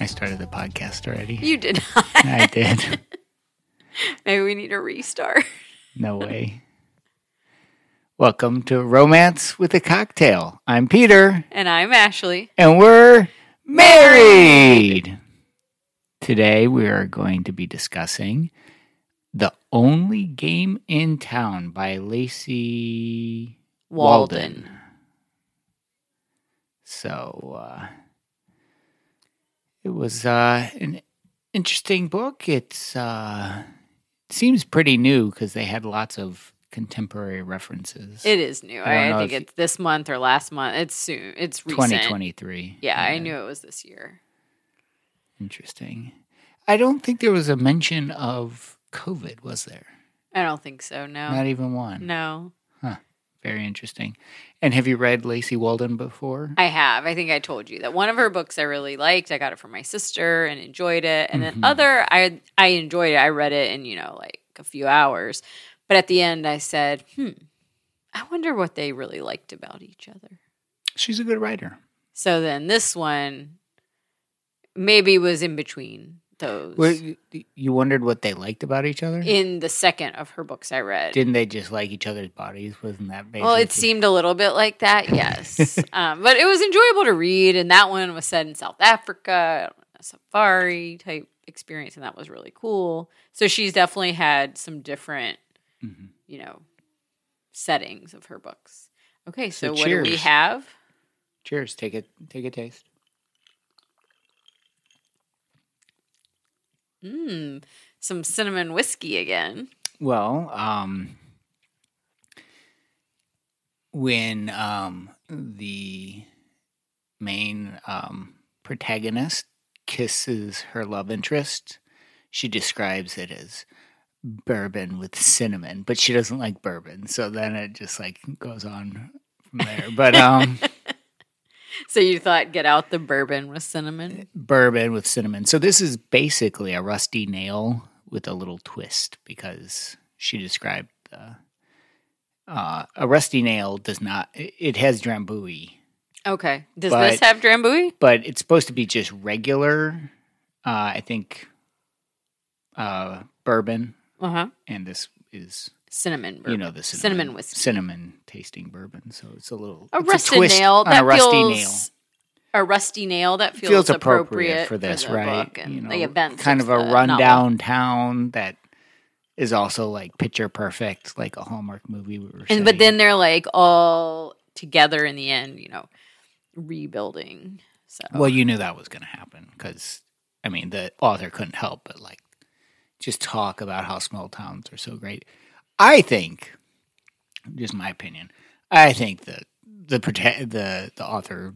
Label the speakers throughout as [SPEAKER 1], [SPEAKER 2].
[SPEAKER 1] I started the podcast already.
[SPEAKER 2] You did not.
[SPEAKER 1] I did.
[SPEAKER 2] Maybe we need a restart.
[SPEAKER 1] No way. Welcome to Romance with a Cocktail. I'm Peter,
[SPEAKER 2] And I'm Ashley.
[SPEAKER 1] and we're married. Today, we are going to be discussing The Only Game in Town by Lacey Walden. So uh, it was uh, an interesting book. It's uh, seems pretty new because they had lots of contemporary references.
[SPEAKER 2] It is new.
[SPEAKER 1] I don't
[SPEAKER 2] I,
[SPEAKER 1] know
[SPEAKER 2] think
[SPEAKER 1] if-
[SPEAKER 2] it's this month or last month. It's soon. It's recent.
[SPEAKER 1] 2023.
[SPEAKER 2] Yeah, I knew it was this year.
[SPEAKER 1] Interesting. I don't think there was a mention of COVID, was there?
[SPEAKER 2] I don't think so. No.
[SPEAKER 1] Not even one.
[SPEAKER 2] no.
[SPEAKER 1] Very interesting. And have you read Lacey Walden before?
[SPEAKER 2] I have. I think I told you that one of her books I really liked. I got it from my sister and enjoyed it. And
[SPEAKER 1] Mhm.
[SPEAKER 2] then other I I enjoyed it. I read it in, you know, like a few hours. But at the end I said, "Hmm. I wonder what they really liked about each other."
[SPEAKER 1] She's a good writer.
[SPEAKER 2] So then this one maybe was in between those.
[SPEAKER 1] Were, you- you wondered what they liked about each other?
[SPEAKER 2] in the second of her books I read.
[SPEAKER 1] Didn't they just like each other's bodies? Wasn't that basically?
[SPEAKER 2] well, it seemed a little bit like that, yes. um, but it was enjoyable to read, and that one was set in South Africa, a safari type experience, and that was really cool. So she's definitely had some different,
[SPEAKER 1] Mhm.
[SPEAKER 2] you know, settings of her books. Okay, so,
[SPEAKER 1] So
[SPEAKER 2] what do we
[SPEAKER 1] cheers.
[SPEAKER 2] have?
[SPEAKER 1] Cheers. Take a take a taste.
[SPEAKER 2] Mm, some cinnamon whiskey again.
[SPEAKER 1] Well, um, when um, the main um, protagonist kisses her love interest, she describes it as bourbon with cinnamon, but she doesn't like bourbon. So then it just like goes on from there. But um,
[SPEAKER 2] So you thought get out the bourbon with cinnamon?
[SPEAKER 1] bourbon with cinnamon. So this is basically a rusty nail with a little twist because she described uh, uh, a rusty nail does not. i- It has drambuie,
[SPEAKER 2] Okay. Does
[SPEAKER 1] But-
[SPEAKER 2] this have drambuie?
[SPEAKER 1] but it's supposed to be just regular. Uh, I think uh, bourbon,
[SPEAKER 2] Uh huh.
[SPEAKER 1] and this is
[SPEAKER 2] Cinnamon bourbon.
[SPEAKER 1] you know the cinnamon,
[SPEAKER 2] Cinnamon whiskey.
[SPEAKER 1] cinnamon tasting bourbon. So it's a little
[SPEAKER 2] a
[SPEAKER 1] it's
[SPEAKER 2] rusty
[SPEAKER 1] twist
[SPEAKER 2] nail
[SPEAKER 1] on
[SPEAKER 2] that
[SPEAKER 1] a rusty
[SPEAKER 2] feels
[SPEAKER 1] nail.
[SPEAKER 2] a rusty nail that feels,
[SPEAKER 1] feels
[SPEAKER 2] appropriate,
[SPEAKER 1] appropriate for this,
[SPEAKER 2] the
[SPEAKER 1] right?
[SPEAKER 2] book and the events,
[SPEAKER 1] kind of
[SPEAKER 2] of
[SPEAKER 1] a
[SPEAKER 2] the
[SPEAKER 1] rundown town that is also like picture perfect, like a Hallmark movie. We were
[SPEAKER 2] novel. and but
[SPEAKER 1] saying.
[SPEAKER 2] then they're like all together in the end, you know, rebuilding. So
[SPEAKER 1] well, you knew that was going to happen because I mean, the author couldn't help but like just talk about how small towns are so great. I think, just my opinion, I think that the prota- the the author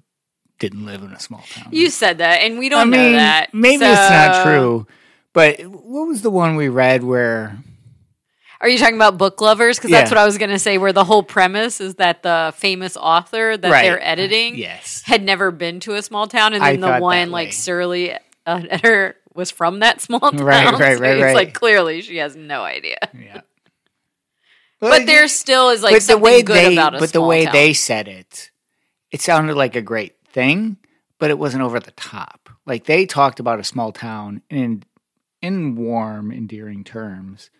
[SPEAKER 1] didn't live in a small town.
[SPEAKER 2] you said that, and we don't
[SPEAKER 1] I
[SPEAKER 2] know
[SPEAKER 1] mean,
[SPEAKER 2] that.
[SPEAKER 1] maybe it's not
[SPEAKER 2] So-
[SPEAKER 1] true. But what was the one we read where
[SPEAKER 2] Are you talking about book lovers? Because that's
[SPEAKER 1] Yeah.
[SPEAKER 2] what I was going to say. Where the whole premise is that the famous author that
[SPEAKER 1] Right.
[SPEAKER 2] they're editing
[SPEAKER 1] Yes.
[SPEAKER 2] had never been to a small town, and
[SPEAKER 1] I
[SPEAKER 2] then
[SPEAKER 1] thought
[SPEAKER 2] the
[SPEAKER 1] that
[SPEAKER 2] one like
[SPEAKER 1] way.
[SPEAKER 2] surly uh, editor was from that small town.
[SPEAKER 1] Right, right,
[SPEAKER 2] So
[SPEAKER 1] right,
[SPEAKER 2] It's
[SPEAKER 1] right.
[SPEAKER 2] like clearly she has no idea.
[SPEAKER 1] Yeah.
[SPEAKER 2] but there still is like
[SPEAKER 1] but
[SPEAKER 2] something
[SPEAKER 1] the way
[SPEAKER 2] good
[SPEAKER 1] they,
[SPEAKER 2] about a
[SPEAKER 1] but the
[SPEAKER 2] small
[SPEAKER 1] way
[SPEAKER 2] town.
[SPEAKER 1] they said it, it sounded like a great thing, but it wasn't over the top. Like they talked about a small town in in warm, endearing terms,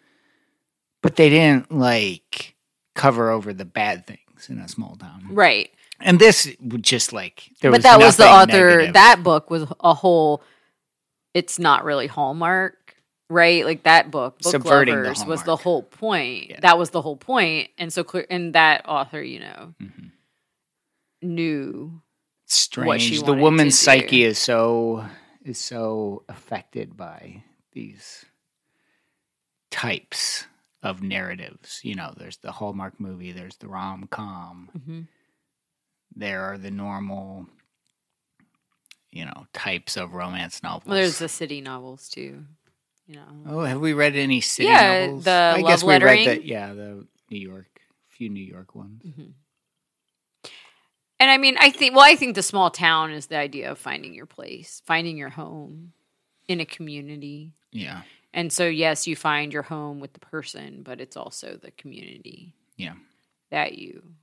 [SPEAKER 1] but they didn't like cover over the bad things in a small town.
[SPEAKER 2] right.
[SPEAKER 1] And this would just like there
[SPEAKER 2] But
[SPEAKER 1] was
[SPEAKER 2] that was the
[SPEAKER 1] nothing
[SPEAKER 2] author.
[SPEAKER 1] negative.
[SPEAKER 2] That book was a whole. It's not really Hallmark, right? Like that book, Book
[SPEAKER 1] Subverting the
[SPEAKER 2] Lovers, was the
[SPEAKER 1] Hallmark.
[SPEAKER 2] whole point.
[SPEAKER 1] Yeah.
[SPEAKER 2] That was the whole point, and so clear. And that author, you know,
[SPEAKER 1] Mhm.
[SPEAKER 2] knew what she
[SPEAKER 1] strange. The
[SPEAKER 2] wanted
[SPEAKER 1] woman's
[SPEAKER 2] to do.
[SPEAKER 1] psyche is so is so affected by these types of narratives. You know, there's the Hallmark movie, there's the rom com,
[SPEAKER 2] Mhm.
[SPEAKER 1] there are the normal, you know, types of romance novels.
[SPEAKER 2] Well, there's the city novels too. You know,
[SPEAKER 1] oh, have we read any city
[SPEAKER 2] Yeah,
[SPEAKER 1] novels?
[SPEAKER 2] the
[SPEAKER 1] I
[SPEAKER 2] Love
[SPEAKER 1] guess we
[SPEAKER 2] Lettering.
[SPEAKER 1] read the yeah the New York few New York ones.
[SPEAKER 2] Mhm. and I mean, I think. Well, I think the small town is the idea of finding your place, finding your home in a community.
[SPEAKER 1] Yeah,
[SPEAKER 2] And so, yes, you find your home with the person, but it's also the community.
[SPEAKER 1] Yeah.
[SPEAKER 2] That you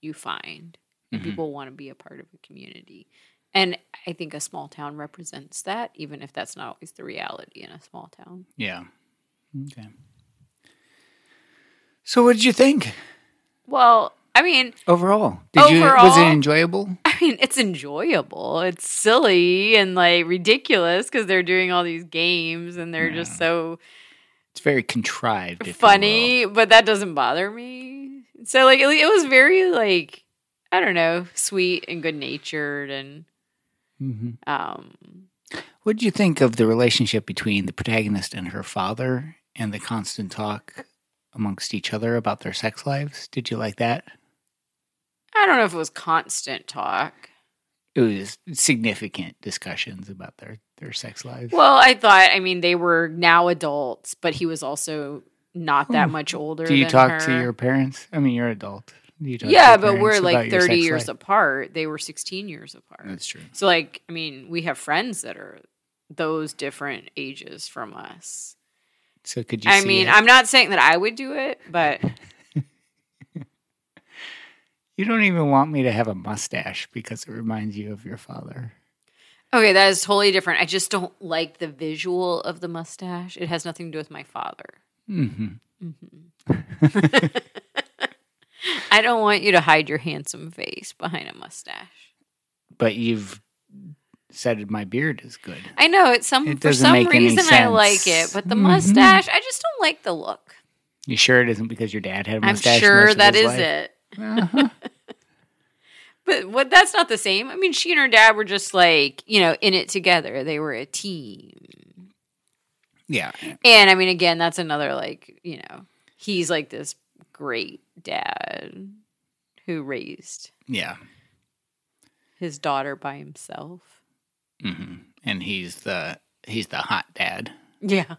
[SPEAKER 2] you find. And
[SPEAKER 1] Mhm.
[SPEAKER 2] people want to be a part of a community. And I think a small town represents that, even if that's not always the reality in a small town.
[SPEAKER 1] Yeah. Okay. So, what did you think
[SPEAKER 2] Well, I mean,
[SPEAKER 1] overall? Did you was it
[SPEAKER 2] Overall-
[SPEAKER 1] enjoyable?
[SPEAKER 2] I mean, it's enjoyable. It's silly and like ridiculous because they're doing all these games and they're just so
[SPEAKER 1] It's very contrived. if you will.
[SPEAKER 2] funny, but that doesn't bother me. So like it, it was very like I don't know, sweet and good natured and
[SPEAKER 1] Mhm.
[SPEAKER 2] um
[SPEAKER 1] What did you think of the relationship between the protagonist and her father, and the constant talk amongst each other about their sex lives? Did you like that?
[SPEAKER 2] I don't know if it was constant talk.
[SPEAKER 1] It was significant discussions about their their sex lives.
[SPEAKER 2] Well, I thought I mean they were now adults, but he was also not that
[SPEAKER 1] Hmm.
[SPEAKER 2] much older.
[SPEAKER 1] Do you
[SPEAKER 2] than
[SPEAKER 1] talk to
[SPEAKER 2] her.
[SPEAKER 1] your parents? I mean, you're an adult. Do you talk to
[SPEAKER 2] Yeah,
[SPEAKER 1] your
[SPEAKER 2] but we're
[SPEAKER 1] parents
[SPEAKER 2] like
[SPEAKER 1] about your
[SPEAKER 2] thirty
[SPEAKER 1] sex
[SPEAKER 2] years
[SPEAKER 1] life?
[SPEAKER 2] apart. They were sixteen years apart.
[SPEAKER 1] That's true.
[SPEAKER 2] So, like, I mean, we have friends that are those different ages from us.
[SPEAKER 1] So could you?
[SPEAKER 2] I
[SPEAKER 1] see
[SPEAKER 2] mean,
[SPEAKER 1] it?
[SPEAKER 2] I'm not saying that I would do it, but
[SPEAKER 1] you don't even want me to have a mustache because it reminds you of your father.
[SPEAKER 2] okay, that is totally different. I just don't like the visual of the mustache. It has nothing to do with my father.
[SPEAKER 1] hmm Mm-hmm.
[SPEAKER 2] I don't want you to hide your handsome face behind a mustache.
[SPEAKER 1] But you've said my beard is good.
[SPEAKER 2] I know it's some
[SPEAKER 1] It
[SPEAKER 2] for
[SPEAKER 1] doesn't
[SPEAKER 2] some
[SPEAKER 1] make any
[SPEAKER 2] reason I like it,
[SPEAKER 1] sense.
[SPEAKER 2] but the
[SPEAKER 1] Mhm.
[SPEAKER 2] mustache, I just don't like the look.
[SPEAKER 1] You sure it isn't because your dad had a
[SPEAKER 2] I'm
[SPEAKER 1] mustache?
[SPEAKER 2] sure that is
[SPEAKER 1] it.
[SPEAKER 2] it. But what that's not the same. I mean, she and her dad were just like, you know, in it together. They were a team.
[SPEAKER 1] Yeah.
[SPEAKER 2] And I mean, again, that's another like, you know, he's like this great dad who raised
[SPEAKER 1] Yeah.
[SPEAKER 2] his daughter by himself.
[SPEAKER 1] hmm And he's the he's the hot dad
[SPEAKER 2] Yeah.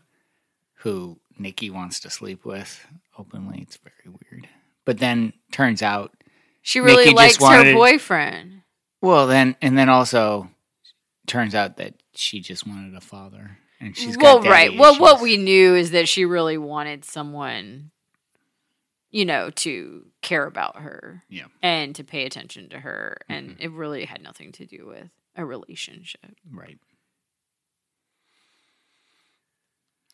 [SPEAKER 1] who Nikki wants to sleep with openly. It's very weird. But then turns out
[SPEAKER 2] She really
[SPEAKER 1] Nikki just
[SPEAKER 2] likes her
[SPEAKER 1] wanted-
[SPEAKER 2] boyfriend.
[SPEAKER 1] Well, then, and then also, turns out that she just wanted a father, and she's
[SPEAKER 2] well,
[SPEAKER 1] got daddy
[SPEAKER 2] right. Well, what
[SPEAKER 1] issues.
[SPEAKER 2] we knew is that she really wanted someone, you know, to care about her
[SPEAKER 1] Yeah. Mm-hmm.
[SPEAKER 2] and to pay attention to her. And it really had nothing to do with a relationship.
[SPEAKER 1] right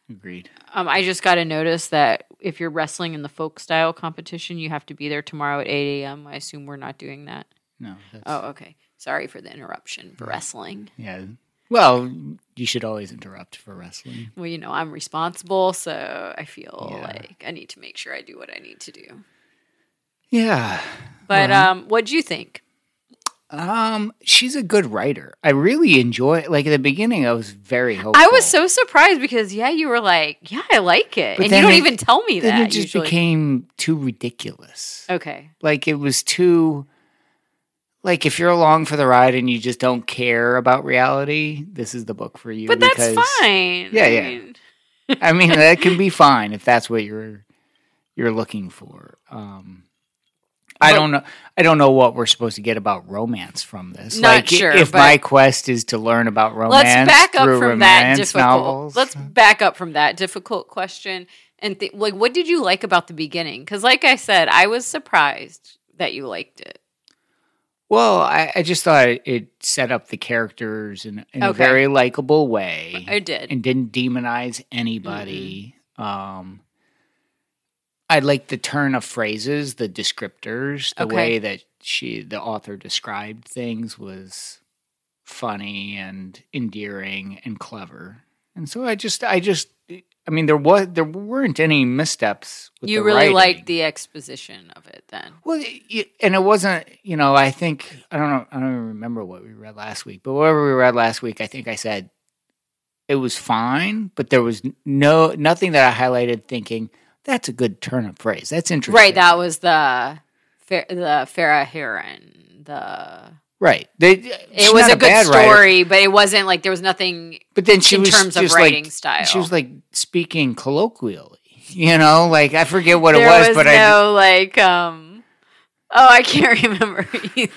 [SPEAKER 1] agreed.
[SPEAKER 2] Um, I just got a notice that if you're wrestling in the folk style competition, you have to be there tomorrow at 8 a.m. I assume we're not doing that.
[SPEAKER 1] No, that's,
[SPEAKER 2] Oh, okay. Sorry for the interruption for wrestling.
[SPEAKER 1] yeah. Well, you should always interrupt for wrestling.
[SPEAKER 2] Well, you know, I'm responsible, so I feel
[SPEAKER 1] Yeah.
[SPEAKER 2] like I need to make sure I do what I need to do.
[SPEAKER 1] Yeah.
[SPEAKER 2] But
[SPEAKER 1] Well.
[SPEAKER 2] um, what'd you think?
[SPEAKER 1] Um, she's a good writer. I really enjoy. Like at the beginning, I was very hopeful.
[SPEAKER 2] I was so surprised because yeah, you were like, yeah, I like it,
[SPEAKER 1] But
[SPEAKER 2] and you
[SPEAKER 1] then
[SPEAKER 2] don't
[SPEAKER 1] it-
[SPEAKER 2] even tell me
[SPEAKER 1] Then
[SPEAKER 2] that.
[SPEAKER 1] it just
[SPEAKER 2] usually.
[SPEAKER 1] became too ridiculous.
[SPEAKER 2] okay.
[SPEAKER 1] Like it was too like if you're along for the ride and you just don't care about reality, this is the book for you.
[SPEAKER 2] But that's
[SPEAKER 1] because-
[SPEAKER 2] fine.
[SPEAKER 1] Yeah,
[SPEAKER 2] I
[SPEAKER 1] yeah.
[SPEAKER 2] mean,
[SPEAKER 1] I mean, that can be fine if that's what you're you're looking for. Um I
[SPEAKER 2] But-
[SPEAKER 1] don't know. I don't know what we're supposed to get about romance from this.
[SPEAKER 2] Not
[SPEAKER 1] like, i-
[SPEAKER 2] sure,
[SPEAKER 1] If
[SPEAKER 2] but-
[SPEAKER 1] my quest is to learn about romance,
[SPEAKER 2] let's back up
[SPEAKER 1] through
[SPEAKER 2] from that
[SPEAKER 1] romance
[SPEAKER 2] difficult.
[SPEAKER 1] novels,
[SPEAKER 2] Let's back up from that difficult question and th- like, what did you like about the beginning? Because, like I said, I was surprised that you liked it.
[SPEAKER 1] Well, I, I just thought it set up the characters in, in a
[SPEAKER 2] Okay.
[SPEAKER 1] very likable way.
[SPEAKER 2] I did. Mm-hmm.
[SPEAKER 1] and didn't demonize anybody. Um, I like the turn of phrases, the descriptors, the
[SPEAKER 2] Okay.
[SPEAKER 1] way that she, the author, described things was funny and endearing and clever. And so I just, I just, I mean, there was there weren't any missteps. With
[SPEAKER 2] You
[SPEAKER 1] the
[SPEAKER 2] really
[SPEAKER 1] writing.
[SPEAKER 2] liked the exposition of it, then.
[SPEAKER 1] Well, y- y- and it wasn't, you know, I think I don't know, I don't even remember what we read last week, but whatever we read last week, I think I said it was fine, but there was n- no nothing that I highlighted thinking that's a good turn of phrase. That's interesting,
[SPEAKER 2] Right. That was the Fa- the Farah Heron. The
[SPEAKER 1] right. They,
[SPEAKER 2] it was a good story,
[SPEAKER 1] writer,
[SPEAKER 2] but it wasn't like there was nothing
[SPEAKER 1] but then she
[SPEAKER 2] in
[SPEAKER 1] was
[SPEAKER 2] terms of
[SPEAKER 1] just
[SPEAKER 2] writing
[SPEAKER 1] like
[SPEAKER 2] style.
[SPEAKER 1] she was like speaking colloquially, you know, like I forget what
[SPEAKER 2] there
[SPEAKER 1] it was,
[SPEAKER 2] was
[SPEAKER 1] but I
[SPEAKER 2] no like um oh I can't remember either.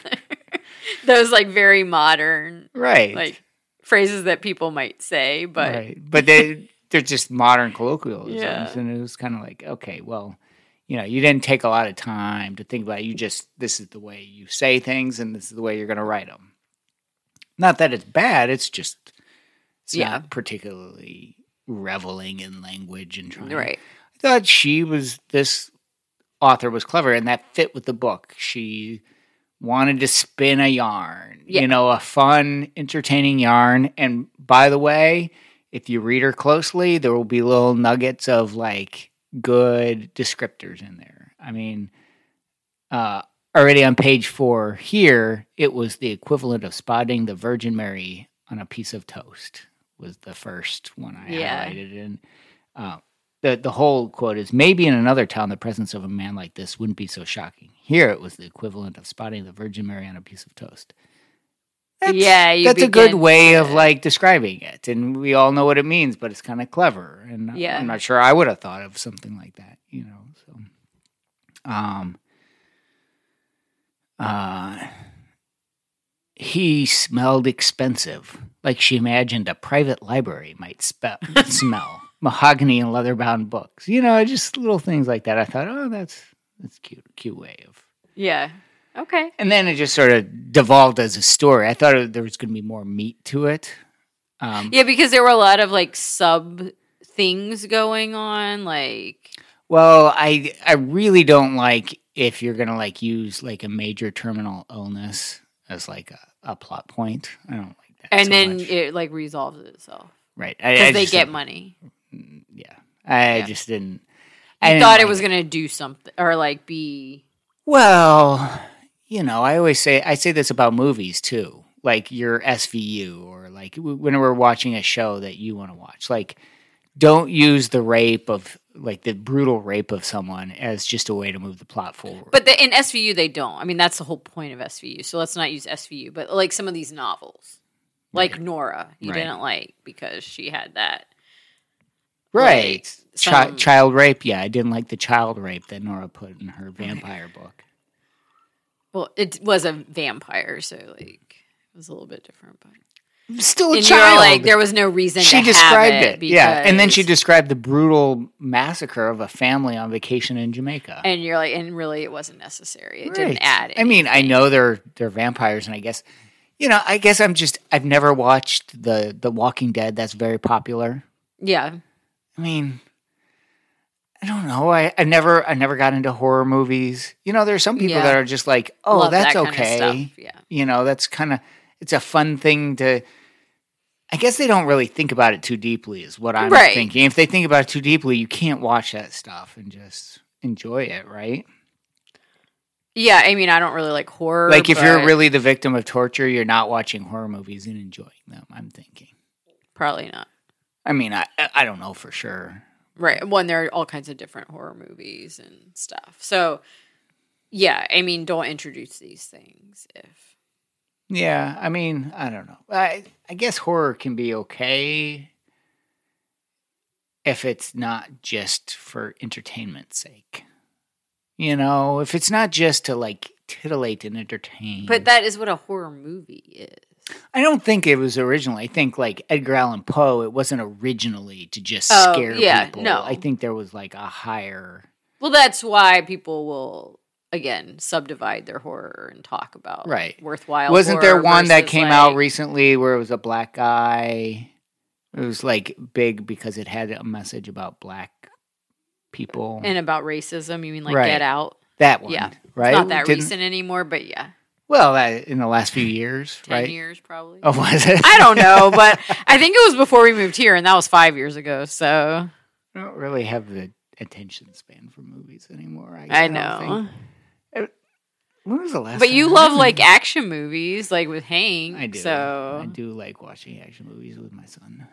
[SPEAKER 2] Those like very modern
[SPEAKER 1] right,
[SPEAKER 2] like phrases that people might say, but
[SPEAKER 1] right. but they they're just modern colloquialisms,
[SPEAKER 2] Yeah.
[SPEAKER 1] and it was kind of like, okay, well, you know, you didn't take a lot of time to think about it. You just this is the way you say things, and this is the way you're going to write them. Not that it's bad, it's just it's
[SPEAKER 2] Yeah.
[SPEAKER 1] not particularly reveling in language and trying.
[SPEAKER 2] Right.
[SPEAKER 1] I thought she was this author was clever and that fit with the book. She wanted to spin a yarn,
[SPEAKER 2] Yeah.
[SPEAKER 1] you know, a fun, entertaining yarn. And by the way, if you read her closely, there will be little nuggets of like good descriptors in there. I mean, uh, already on page four here, it was the equivalent of spotting the Virgin Mary on a piece of toast. Was the first one I
[SPEAKER 2] Yeah.
[SPEAKER 1] highlighted, and uh, the the whole quote is maybe in another town the presence of a man like this wouldn't be so shocking. Here it was the equivalent of spotting the Virgin Mary on a piece of toast. That's,
[SPEAKER 2] Yeah, you
[SPEAKER 1] that's a good
[SPEAKER 2] begin
[SPEAKER 1] way of
[SPEAKER 2] to-
[SPEAKER 1] like describing it, and we all know what it means, but it's kind of clever. And
[SPEAKER 2] Yeah.
[SPEAKER 1] I'm not sure I would have thought of something like that, you know. So, um, uh, he smelled expensive, like she imagined a private library might spe- smell mahogany and leather bound books. You know, just little things like that. I thought, oh, that's that's cute, cute way of.
[SPEAKER 2] Yeah. Okay.
[SPEAKER 1] And then it just sort of devolved as a story. I thought there was going to be more meat to it. Um,
[SPEAKER 2] Yeah, because there were a lot of like sub things going on, like
[SPEAKER 1] Well, I I really don't like if you're gonna like use like a major terminal illness as like a, a plot point. I don't like that.
[SPEAKER 2] and
[SPEAKER 1] so
[SPEAKER 2] then
[SPEAKER 1] much.
[SPEAKER 2] it like resolves itself
[SPEAKER 1] right, I, I
[SPEAKER 2] because they
[SPEAKER 1] just
[SPEAKER 2] get
[SPEAKER 1] didn't-
[SPEAKER 2] money.
[SPEAKER 1] yeah. I
[SPEAKER 2] Yeah.
[SPEAKER 1] just didn't. I
[SPEAKER 2] I
[SPEAKER 1] didn't
[SPEAKER 2] thought it
[SPEAKER 1] like
[SPEAKER 2] was gonna do something or like be
[SPEAKER 1] Well, you know, I always say I say this about movies too, like your SVU or like w- when we're watching a show that you want to watch. Like, don't use the rape of like the brutal rape of someone as just a way to move the plot forward.
[SPEAKER 2] But the, in SVU, they don't. I mean, that's the whole point of SVU. So let's not use SVU. But like some of these novels, like Nora, you
[SPEAKER 1] Right.
[SPEAKER 2] didn't like because she had that.
[SPEAKER 1] Right.
[SPEAKER 2] like,
[SPEAKER 1] Chi-
[SPEAKER 2] some-
[SPEAKER 1] child rape. Yeah, I didn't like the child rape that Nora put in her vampire book.
[SPEAKER 2] Well, it was a vampire, so like it was a little bit different. But
[SPEAKER 1] Still a
[SPEAKER 2] and you were
[SPEAKER 1] child.
[SPEAKER 2] like there was no reason.
[SPEAKER 1] she
[SPEAKER 2] to
[SPEAKER 1] described
[SPEAKER 2] have it.
[SPEAKER 1] it. Yeah, and then she
[SPEAKER 2] because-
[SPEAKER 1] described the brutal massacre of a family on vacation in Jamaica.
[SPEAKER 2] And you're like, and really, it wasn't necessary. It
[SPEAKER 1] Right.
[SPEAKER 2] didn't add.
[SPEAKER 1] I mean, I
[SPEAKER 2] anything.
[SPEAKER 1] know they're they're vampires, and I guess you know. I guess I'm just I've never watched the the Walking Dead. That's very popular.
[SPEAKER 2] Yeah,
[SPEAKER 1] I mean, I don't know. I I never I never got into horror movies. You know, there's some people
[SPEAKER 2] Yeah.
[SPEAKER 1] that are just like, oh,
[SPEAKER 2] Love that
[SPEAKER 1] that's
[SPEAKER 2] kind of
[SPEAKER 1] okay.
[SPEAKER 2] stuff, yeah.
[SPEAKER 1] you know, that's kind of it's a fun thing to. I guess they don't really think about it too deeply, is what I'm
[SPEAKER 2] Right.
[SPEAKER 1] thinking. If they think about it too deeply, you can't watch that stuff and just enjoy it, right?
[SPEAKER 2] yeah. I mean, I don't really like horror.
[SPEAKER 1] like if you're
[SPEAKER 2] but
[SPEAKER 1] really the victim of torture, you're not watching horror movies and enjoying them. I'm thinking.
[SPEAKER 2] probably not.
[SPEAKER 1] I mean, I I don't know for sure.
[SPEAKER 2] Right. When there are all kinds of different horror movies and stuff. So, yeah, I mean, don't introduce these things if.
[SPEAKER 1] Yeah, I mean, I don't know. I I guess horror can be okay if it's not just for entertainment's sake. You know, if it's not just to like titillate and entertain.
[SPEAKER 2] But that is what a horror movie is.
[SPEAKER 1] I don't think it was originally. I think like Edgar Allan Poe, it wasn't originally to just
[SPEAKER 2] Oh,
[SPEAKER 1] scare
[SPEAKER 2] yeah,
[SPEAKER 1] people.
[SPEAKER 2] no.
[SPEAKER 1] I think there was like a higher
[SPEAKER 2] Well, that's why people will again subdivide their horror and talk about
[SPEAKER 1] Right.
[SPEAKER 2] worthwhile.
[SPEAKER 1] Wasn't there
[SPEAKER 2] horror
[SPEAKER 1] one that
[SPEAKER 2] versus,
[SPEAKER 1] came out
[SPEAKER 2] like-
[SPEAKER 1] recently where it was a black guy? It was like big because it had a message about black people.
[SPEAKER 2] and about racism? You mean like
[SPEAKER 1] Right.
[SPEAKER 2] Get Out?
[SPEAKER 1] that one,
[SPEAKER 2] yeah.
[SPEAKER 1] right?
[SPEAKER 2] It's not that
[SPEAKER 1] Didn't-
[SPEAKER 2] recent anymore, but yeah,
[SPEAKER 1] Well, that, in the last few years,
[SPEAKER 2] ten
[SPEAKER 1] right?
[SPEAKER 2] years probably.
[SPEAKER 1] Oh, was it?
[SPEAKER 2] I don't know, but I think it was before we moved here, and that was five years ago. So
[SPEAKER 1] I don't really have the attention span for movies anymore. I,
[SPEAKER 2] I
[SPEAKER 1] don't
[SPEAKER 2] know.
[SPEAKER 1] think. When was the last?
[SPEAKER 2] But
[SPEAKER 1] time
[SPEAKER 2] you
[SPEAKER 1] I
[SPEAKER 2] love
[SPEAKER 1] watched
[SPEAKER 2] like action movies, like with Hank.
[SPEAKER 1] I do.
[SPEAKER 2] So
[SPEAKER 1] I do like watching action movies with my son.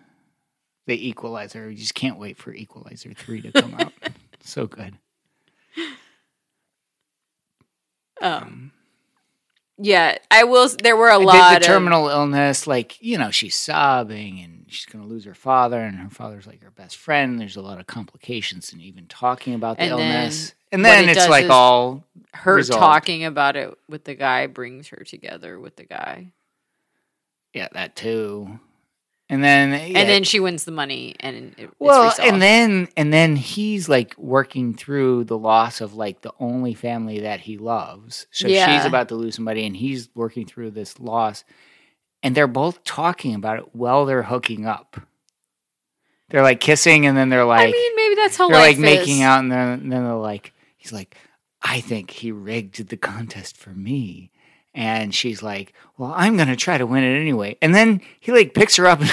[SPEAKER 1] The Equalizer. You just can't wait for Equalizer three to come out. So good.
[SPEAKER 2] Um, yeah, I will. s- There were a
[SPEAKER 1] I did
[SPEAKER 2] lot
[SPEAKER 1] the
[SPEAKER 2] of
[SPEAKER 1] terminal illness, like you know, she's sobbing and she's going to lose her father, and her father's like her best friend. There's a lot of complications in even talking about the
[SPEAKER 2] And then
[SPEAKER 1] illness, and
[SPEAKER 2] what
[SPEAKER 1] then
[SPEAKER 2] it
[SPEAKER 1] it's
[SPEAKER 2] does
[SPEAKER 1] like
[SPEAKER 2] is-
[SPEAKER 1] all
[SPEAKER 2] her
[SPEAKER 1] resolved.
[SPEAKER 2] talking about it with the guy brings her together with the guy,
[SPEAKER 1] yeah, that too, and then yeah,
[SPEAKER 2] and then she wins the money, and it,
[SPEAKER 1] well,
[SPEAKER 2] it's resolved.
[SPEAKER 1] and then and then he's like working through the loss of like the only family that he loves. So
[SPEAKER 2] Yeah.
[SPEAKER 1] she's about to lose somebody, and he's working through this loss. and they're both talking about it while they're hooking up. They're like kissing, and then they're like,
[SPEAKER 2] I mean, maybe that's how
[SPEAKER 1] they're
[SPEAKER 2] life
[SPEAKER 1] like
[SPEAKER 2] is.
[SPEAKER 1] making out, and then, and then they're like, he's like, I think he rigged the contest for me. And she's like, Well, I'm going to try to win it anyway. And then he like picks her up and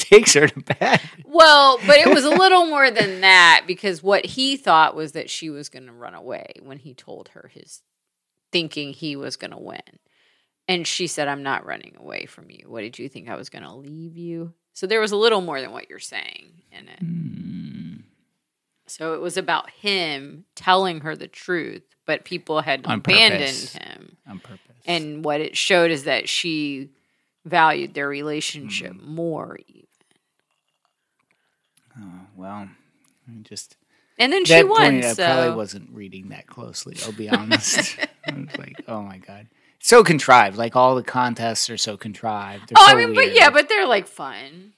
[SPEAKER 1] takes her to bed.
[SPEAKER 2] Well, but it was a little more than that because what he thought was that she was going to run away when he told her his thinking he was going to win. And she said, I'm not running away from you. What did you think I was going to leave you? So there was a little more than what you're saying in it.
[SPEAKER 1] Mm.
[SPEAKER 2] Hmm. So it was about him telling her the truth, but people had
[SPEAKER 1] On
[SPEAKER 2] abandoned
[SPEAKER 1] purpose.
[SPEAKER 2] him.
[SPEAKER 1] On purpose.
[SPEAKER 2] And what it showed is that she valued their relationship
[SPEAKER 1] Mm.
[SPEAKER 2] more. e-,
[SPEAKER 1] Oh, well, I just
[SPEAKER 2] And then she
[SPEAKER 1] that
[SPEAKER 2] won.
[SPEAKER 1] point,
[SPEAKER 2] so
[SPEAKER 1] I probably wasn't reading that closely. I'll be honest. I was like, oh my god, so contrived. Like all the contests are so contrived. They're
[SPEAKER 2] Oh,
[SPEAKER 1] so
[SPEAKER 2] I mean, but
[SPEAKER 1] weird.
[SPEAKER 2] yeah, but they're like fun.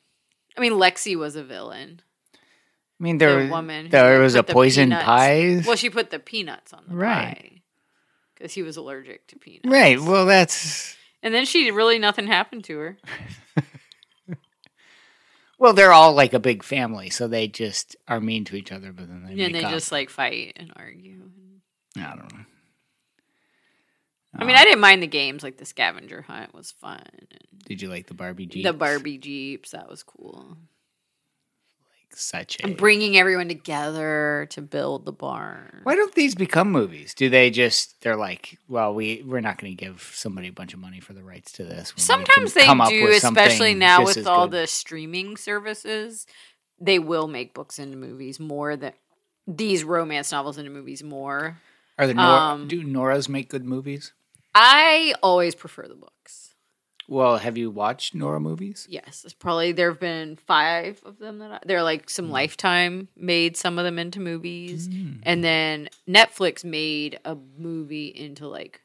[SPEAKER 2] I mean, Lexi was a villain.
[SPEAKER 1] I mean, there
[SPEAKER 2] the woman who
[SPEAKER 1] there was
[SPEAKER 2] put
[SPEAKER 1] a
[SPEAKER 2] the
[SPEAKER 1] poison
[SPEAKER 2] peanuts-
[SPEAKER 1] pies.
[SPEAKER 2] Well, she put the peanuts on the
[SPEAKER 1] Right.
[SPEAKER 2] pie because he was allergic to peanuts.
[SPEAKER 1] right. Well, that's
[SPEAKER 2] And then she really nothing happened to her.
[SPEAKER 1] well, they're all like a big family, so they just are mean to each other. But then they
[SPEAKER 2] And then
[SPEAKER 1] make
[SPEAKER 2] they
[SPEAKER 1] up.
[SPEAKER 2] just like fight and argue.
[SPEAKER 1] I don't know.
[SPEAKER 2] I mean, I didn't mind the games. Like the scavenger hunt was fun. And
[SPEAKER 1] Did you like the Barbie Jeep?
[SPEAKER 2] the Barbie jeeps that was cool.
[SPEAKER 1] like such a.
[SPEAKER 2] And bringing everyone together to build the barn.
[SPEAKER 1] why don't these become movies? Do they just they're like, well, we we're not going to give somebody a bunch of money for the rights to this. when we can
[SPEAKER 2] Sometimes they
[SPEAKER 1] come up
[SPEAKER 2] do,
[SPEAKER 1] with something
[SPEAKER 2] especially now
[SPEAKER 1] just
[SPEAKER 2] with
[SPEAKER 1] as
[SPEAKER 2] all
[SPEAKER 1] good.
[SPEAKER 2] the streaming services. They will make books into movies more than these romance novels into movies more.
[SPEAKER 1] Are the Nora,
[SPEAKER 2] Um,
[SPEAKER 1] do Noras make good movies?
[SPEAKER 2] I always prefer the books.
[SPEAKER 1] Well, have you watched Nora movies?
[SPEAKER 2] Yes, it's probably there have been five of them that I, they're like some
[SPEAKER 1] Hmm.
[SPEAKER 2] Lifetime made some of them into movies, and then Netflix made a movie into like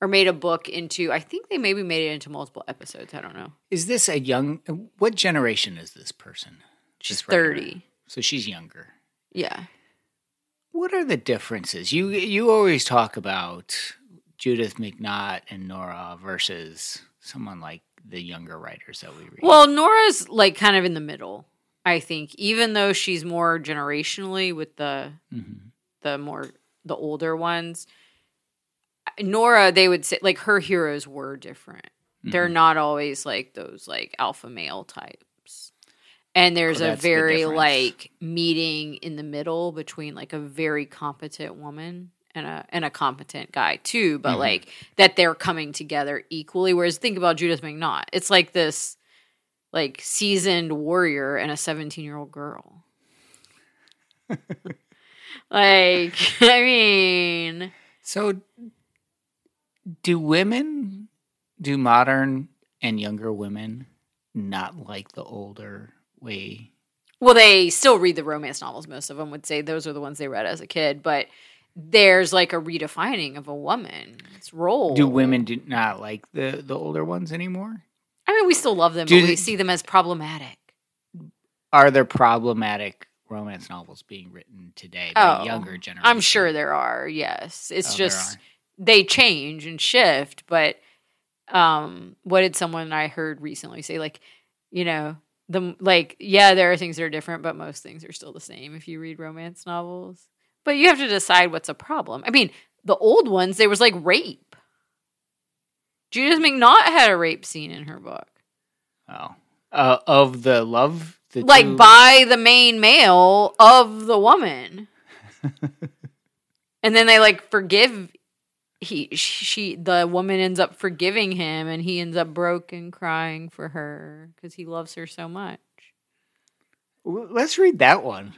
[SPEAKER 2] or made a book into. I think they maybe made it into multiple episodes. I don't know.
[SPEAKER 1] Is this a young? What generation is this person?
[SPEAKER 2] She's
[SPEAKER 1] This writer?
[SPEAKER 2] thirty.
[SPEAKER 1] so she's younger.
[SPEAKER 2] Yeah.
[SPEAKER 1] What are the differences? You you always talk about Judith McNaught and Nora versus someone like the younger writers that we read.
[SPEAKER 2] Well, Nora's like kind of in the middle, I think, even though she's more generationally with the
[SPEAKER 1] Mhm.
[SPEAKER 2] the more the older ones. Nora, they would say like her heroes were different. They're
[SPEAKER 1] Mm-hmm.
[SPEAKER 2] not always like those like alpha male types. And there's
[SPEAKER 1] Oh,
[SPEAKER 2] a
[SPEAKER 1] that's the
[SPEAKER 2] very
[SPEAKER 1] difference.
[SPEAKER 2] like meeting in the middle between like a very competent woman and a and a competent guy too, but
[SPEAKER 1] Mhm.
[SPEAKER 2] like that they're coming together equally. Whereas think about Judith McNaught. It's like this like seasoned warrior and a 17 year old girl. like, I mean,
[SPEAKER 1] so do women? Do modern and younger women not like the older way?
[SPEAKER 2] well, they still read the romance novels. Most of them would say those are the ones they read as a kid, but there's like a redefining of a woman's role.
[SPEAKER 1] Do women do not like the the older ones anymore?
[SPEAKER 2] I mean, we still love them,
[SPEAKER 1] Do
[SPEAKER 2] but we
[SPEAKER 1] they-
[SPEAKER 2] see them as problematic.
[SPEAKER 1] Are there problematic romance novels being written today by
[SPEAKER 2] Oh,
[SPEAKER 1] younger generation?
[SPEAKER 2] I'm sure there are. Yes,
[SPEAKER 1] Oh,
[SPEAKER 2] it's
[SPEAKER 1] there
[SPEAKER 2] just
[SPEAKER 1] are.
[SPEAKER 2] they change and shift. But um, what did someone I heard recently say? Like, you know, the like, yeah, there are things that are different, but most things are still the same if you read romance novels. But you have to decide what's a problem. I mean, the old ones there was like rape. Judith McNaught had a rape scene in her book,
[SPEAKER 1] Oh, uh, of the love, the
[SPEAKER 2] like
[SPEAKER 1] two-
[SPEAKER 2] by the main male of the woman. and then they like forgive he she the woman ends up forgiving him and he ends up broke and crying for her because he loves her so much
[SPEAKER 1] W- Let's read that one.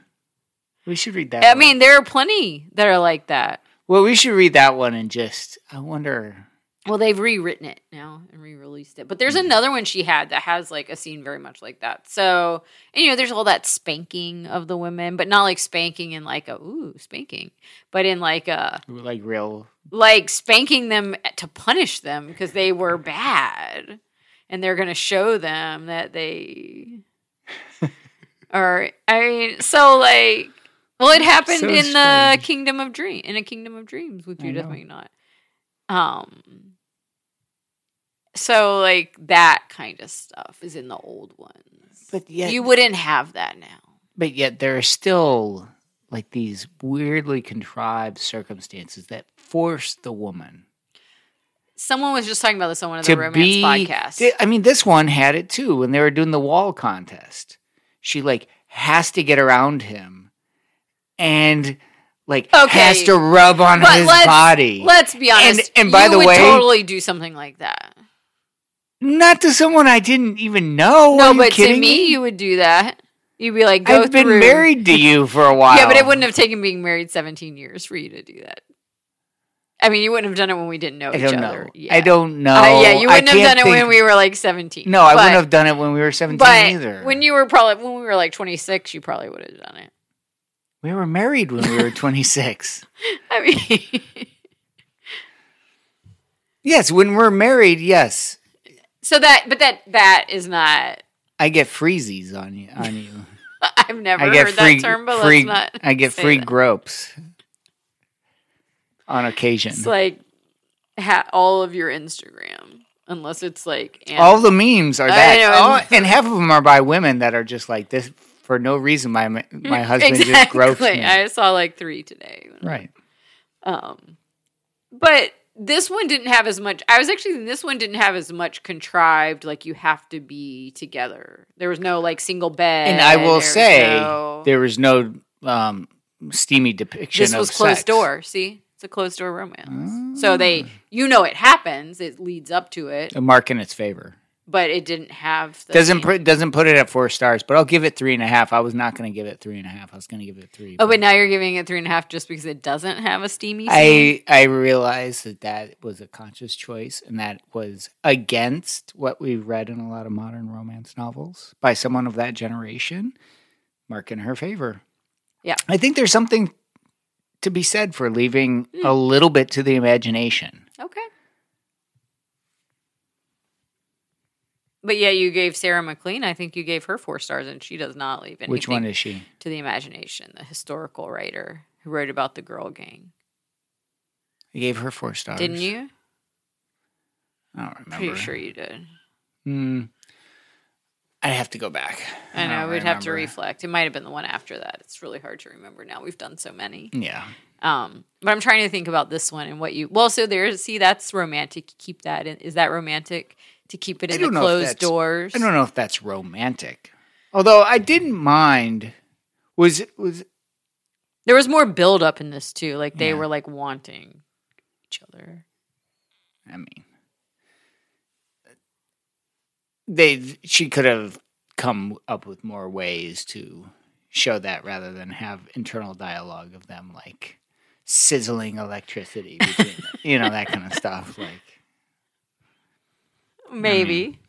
[SPEAKER 1] We should read that.
[SPEAKER 2] i
[SPEAKER 1] one.
[SPEAKER 2] mean there are plenty that are like that
[SPEAKER 1] well, we should read that one and just. I wonder.
[SPEAKER 2] well they've rewritten it now and re-released it but there's another one she had that has like a scene very much like that so and, you know there's all that spanking of the women but not like spanking in like a ooh spanking but in like a
[SPEAKER 1] Like real.
[SPEAKER 2] like spanking them to punish them because they were bad and they're going to show them that they are i mean so like well it happened
[SPEAKER 1] So
[SPEAKER 2] in the
[SPEAKER 1] strange.
[SPEAKER 2] kingdom of dream in a kingdom of dreams with
[SPEAKER 1] I
[SPEAKER 2] judith
[SPEAKER 1] know.
[SPEAKER 2] mcnaught um So like that kind of stuff is in the old ones.
[SPEAKER 1] But yet,
[SPEAKER 2] you wouldn't have that now.
[SPEAKER 1] but yet there are still like these weirdly contrived circumstances that force the woman
[SPEAKER 2] Someone was just talking about this on one of
[SPEAKER 1] to
[SPEAKER 2] the romance
[SPEAKER 1] be.
[SPEAKER 2] podcasts.
[SPEAKER 1] Th- I mean, this one had it too when they were doing the wall contest. She like has to get around him, and like
[SPEAKER 2] Okay.
[SPEAKER 1] has to rub on
[SPEAKER 2] But
[SPEAKER 1] his
[SPEAKER 2] let's-
[SPEAKER 1] body.
[SPEAKER 2] Let's be honest.
[SPEAKER 1] And- and by
[SPEAKER 2] you
[SPEAKER 1] the
[SPEAKER 2] would
[SPEAKER 1] way-
[SPEAKER 2] totally do something like that.
[SPEAKER 1] Not to someone I didn't even know. Oh, Are
[SPEAKER 2] No,
[SPEAKER 1] you
[SPEAKER 2] but to
[SPEAKER 1] kidding
[SPEAKER 2] me, you would do that. You'd be like, go
[SPEAKER 1] I've been
[SPEAKER 2] through-
[SPEAKER 1] married to you for a while.
[SPEAKER 2] Yeah, but it wouldn't have taken being married 17 years for you to do that. I mean, you wouldn't have done it when we didn't know
[SPEAKER 1] I
[SPEAKER 2] each
[SPEAKER 1] don't
[SPEAKER 2] other.
[SPEAKER 1] know.
[SPEAKER 2] Yeah.
[SPEAKER 1] I don't know.
[SPEAKER 2] Uh, yeah, you
[SPEAKER 1] I
[SPEAKER 2] wouldn't have done
[SPEAKER 1] can't
[SPEAKER 2] it when
[SPEAKER 1] think-
[SPEAKER 2] we were like 17.
[SPEAKER 1] No, I
[SPEAKER 2] But-
[SPEAKER 1] wouldn't have done it when we were seventeen
[SPEAKER 2] but
[SPEAKER 1] either.
[SPEAKER 2] When you were probably when we were like 26, you probably would have done it.
[SPEAKER 1] we were married when we were twenty six.
[SPEAKER 2] I mean,
[SPEAKER 1] yes, when we're married, yes,
[SPEAKER 2] so that but that that is not.
[SPEAKER 1] I get freezies on you. On you,
[SPEAKER 2] I've never
[SPEAKER 1] I get
[SPEAKER 2] heard
[SPEAKER 1] free.
[SPEAKER 2] that term, but
[SPEAKER 1] free
[SPEAKER 2] let's not.
[SPEAKER 1] I get
[SPEAKER 2] say
[SPEAKER 1] free
[SPEAKER 2] that.
[SPEAKER 1] gropes on occasion.
[SPEAKER 2] It's like ha- all of your Instagram, unless it's like
[SPEAKER 1] All
[SPEAKER 2] animal.
[SPEAKER 1] the memes are
[SPEAKER 2] I
[SPEAKER 1] that,
[SPEAKER 2] know,
[SPEAKER 1] Oh, and half of them are by women that are just like this for no reason. My my husband just
[SPEAKER 2] exactly.
[SPEAKER 1] gropes me.
[SPEAKER 2] I saw like three today.
[SPEAKER 1] right.
[SPEAKER 2] Um, but this one didn't have as much. I was actually thinking this one didn't have as much contrived. Like you have to be together. There was no like single bed.
[SPEAKER 1] and I
[SPEAKER 2] there
[SPEAKER 1] will
[SPEAKER 2] was
[SPEAKER 1] say
[SPEAKER 2] no-
[SPEAKER 1] there was no um, steamy depiction.
[SPEAKER 2] this
[SPEAKER 1] of
[SPEAKER 2] was closed
[SPEAKER 1] sex.
[SPEAKER 2] door. See, it's a closed door romance. So
[SPEAKER 1] Ah.
[SPEAKER 2] they, you know, it happens. It leads up to it,
[SPEAKER 1] A mark in its favor.
[SPEAKER 2] but it didn't have. The
[SPEAKER 1] Oh. Doesn't
[SPEAKER 2] same-
[SPEAKER 1] put, doesn't put it at four stars, but I'll give it three and a half. I was not going to give it three and a half. I was going to give it three.
[SPEAKER 2] Oh, but now you're giving it three and a half just because it doesn't have a steamy. scene?
[SPEAKER 1] I I realized that that was a conscious choice, and that was against what we read in a lot of modern romance novels by someone of that generation. Mark in her favor.
[SPEAKER 2] Yeah.
[SPEAKER 1] I think there's something to be said for leaving
[SPEAKER 2] Hmm.
[SPEAKER 1] a little bit to the imagination.
[SPEAKER 2] Okay. But yeah, you gave Sarah McLean. I think you gave her four stars, and she does not leave anything
[SPEAKER 1] Which one is she?
[SPEAKER 2] to the imagination. The historical writer who wrote about the girl gang,
[SPEAKER 1] I gave her four stars.
[SPEAKER 2] didn't you?
[SPEAKER 1] I don't remember.
[SPEAKER 2] Pretty sure you did.
[SPEAKER 1] Hmm. I'd have to go back.
[SPEAKER 2] I know
[SPEAKER 1] don't
[SPEAKER 2] we'd have to
[SPEAKER 1] remember.
[SPEAKER 2] reflect. It might have been the one after that. It's really hard to remember now. We've done so many.
[SPEAKER 1] Yeah.
[SPEAKER 2] Um, but I'm trying to think about this one and what you. Well, so there's see that's romantic. Keep that in. Is that romantic to keep it
[SPEAKER 1] I
[SPEAKER 2] in the
[SPEAKER 1] don't know if
[SPEAKER 2] closed
[SPEAKER 1] that's-
[SPEAKER 2] doors?
[SPEAKER 1] I don't know if that's romantic. Although I didn't
[SPEAKER 2] Hmm.
[SPEAKER 1] mind was was
[SPEAKER 2] There was more build up in this too. Like they
[SPEAKER 1] Yeah.
[SPEAKER 2] were like wanting each other.
[SPEAKER 1] I mean they she could have come up with more ways to show that rather than have internal dialogue of them like sizzling electricity between them, you know that kind of stuff like
[SPEAKER 2] Maybe.
[SPEAKER 1] Mm-hmm.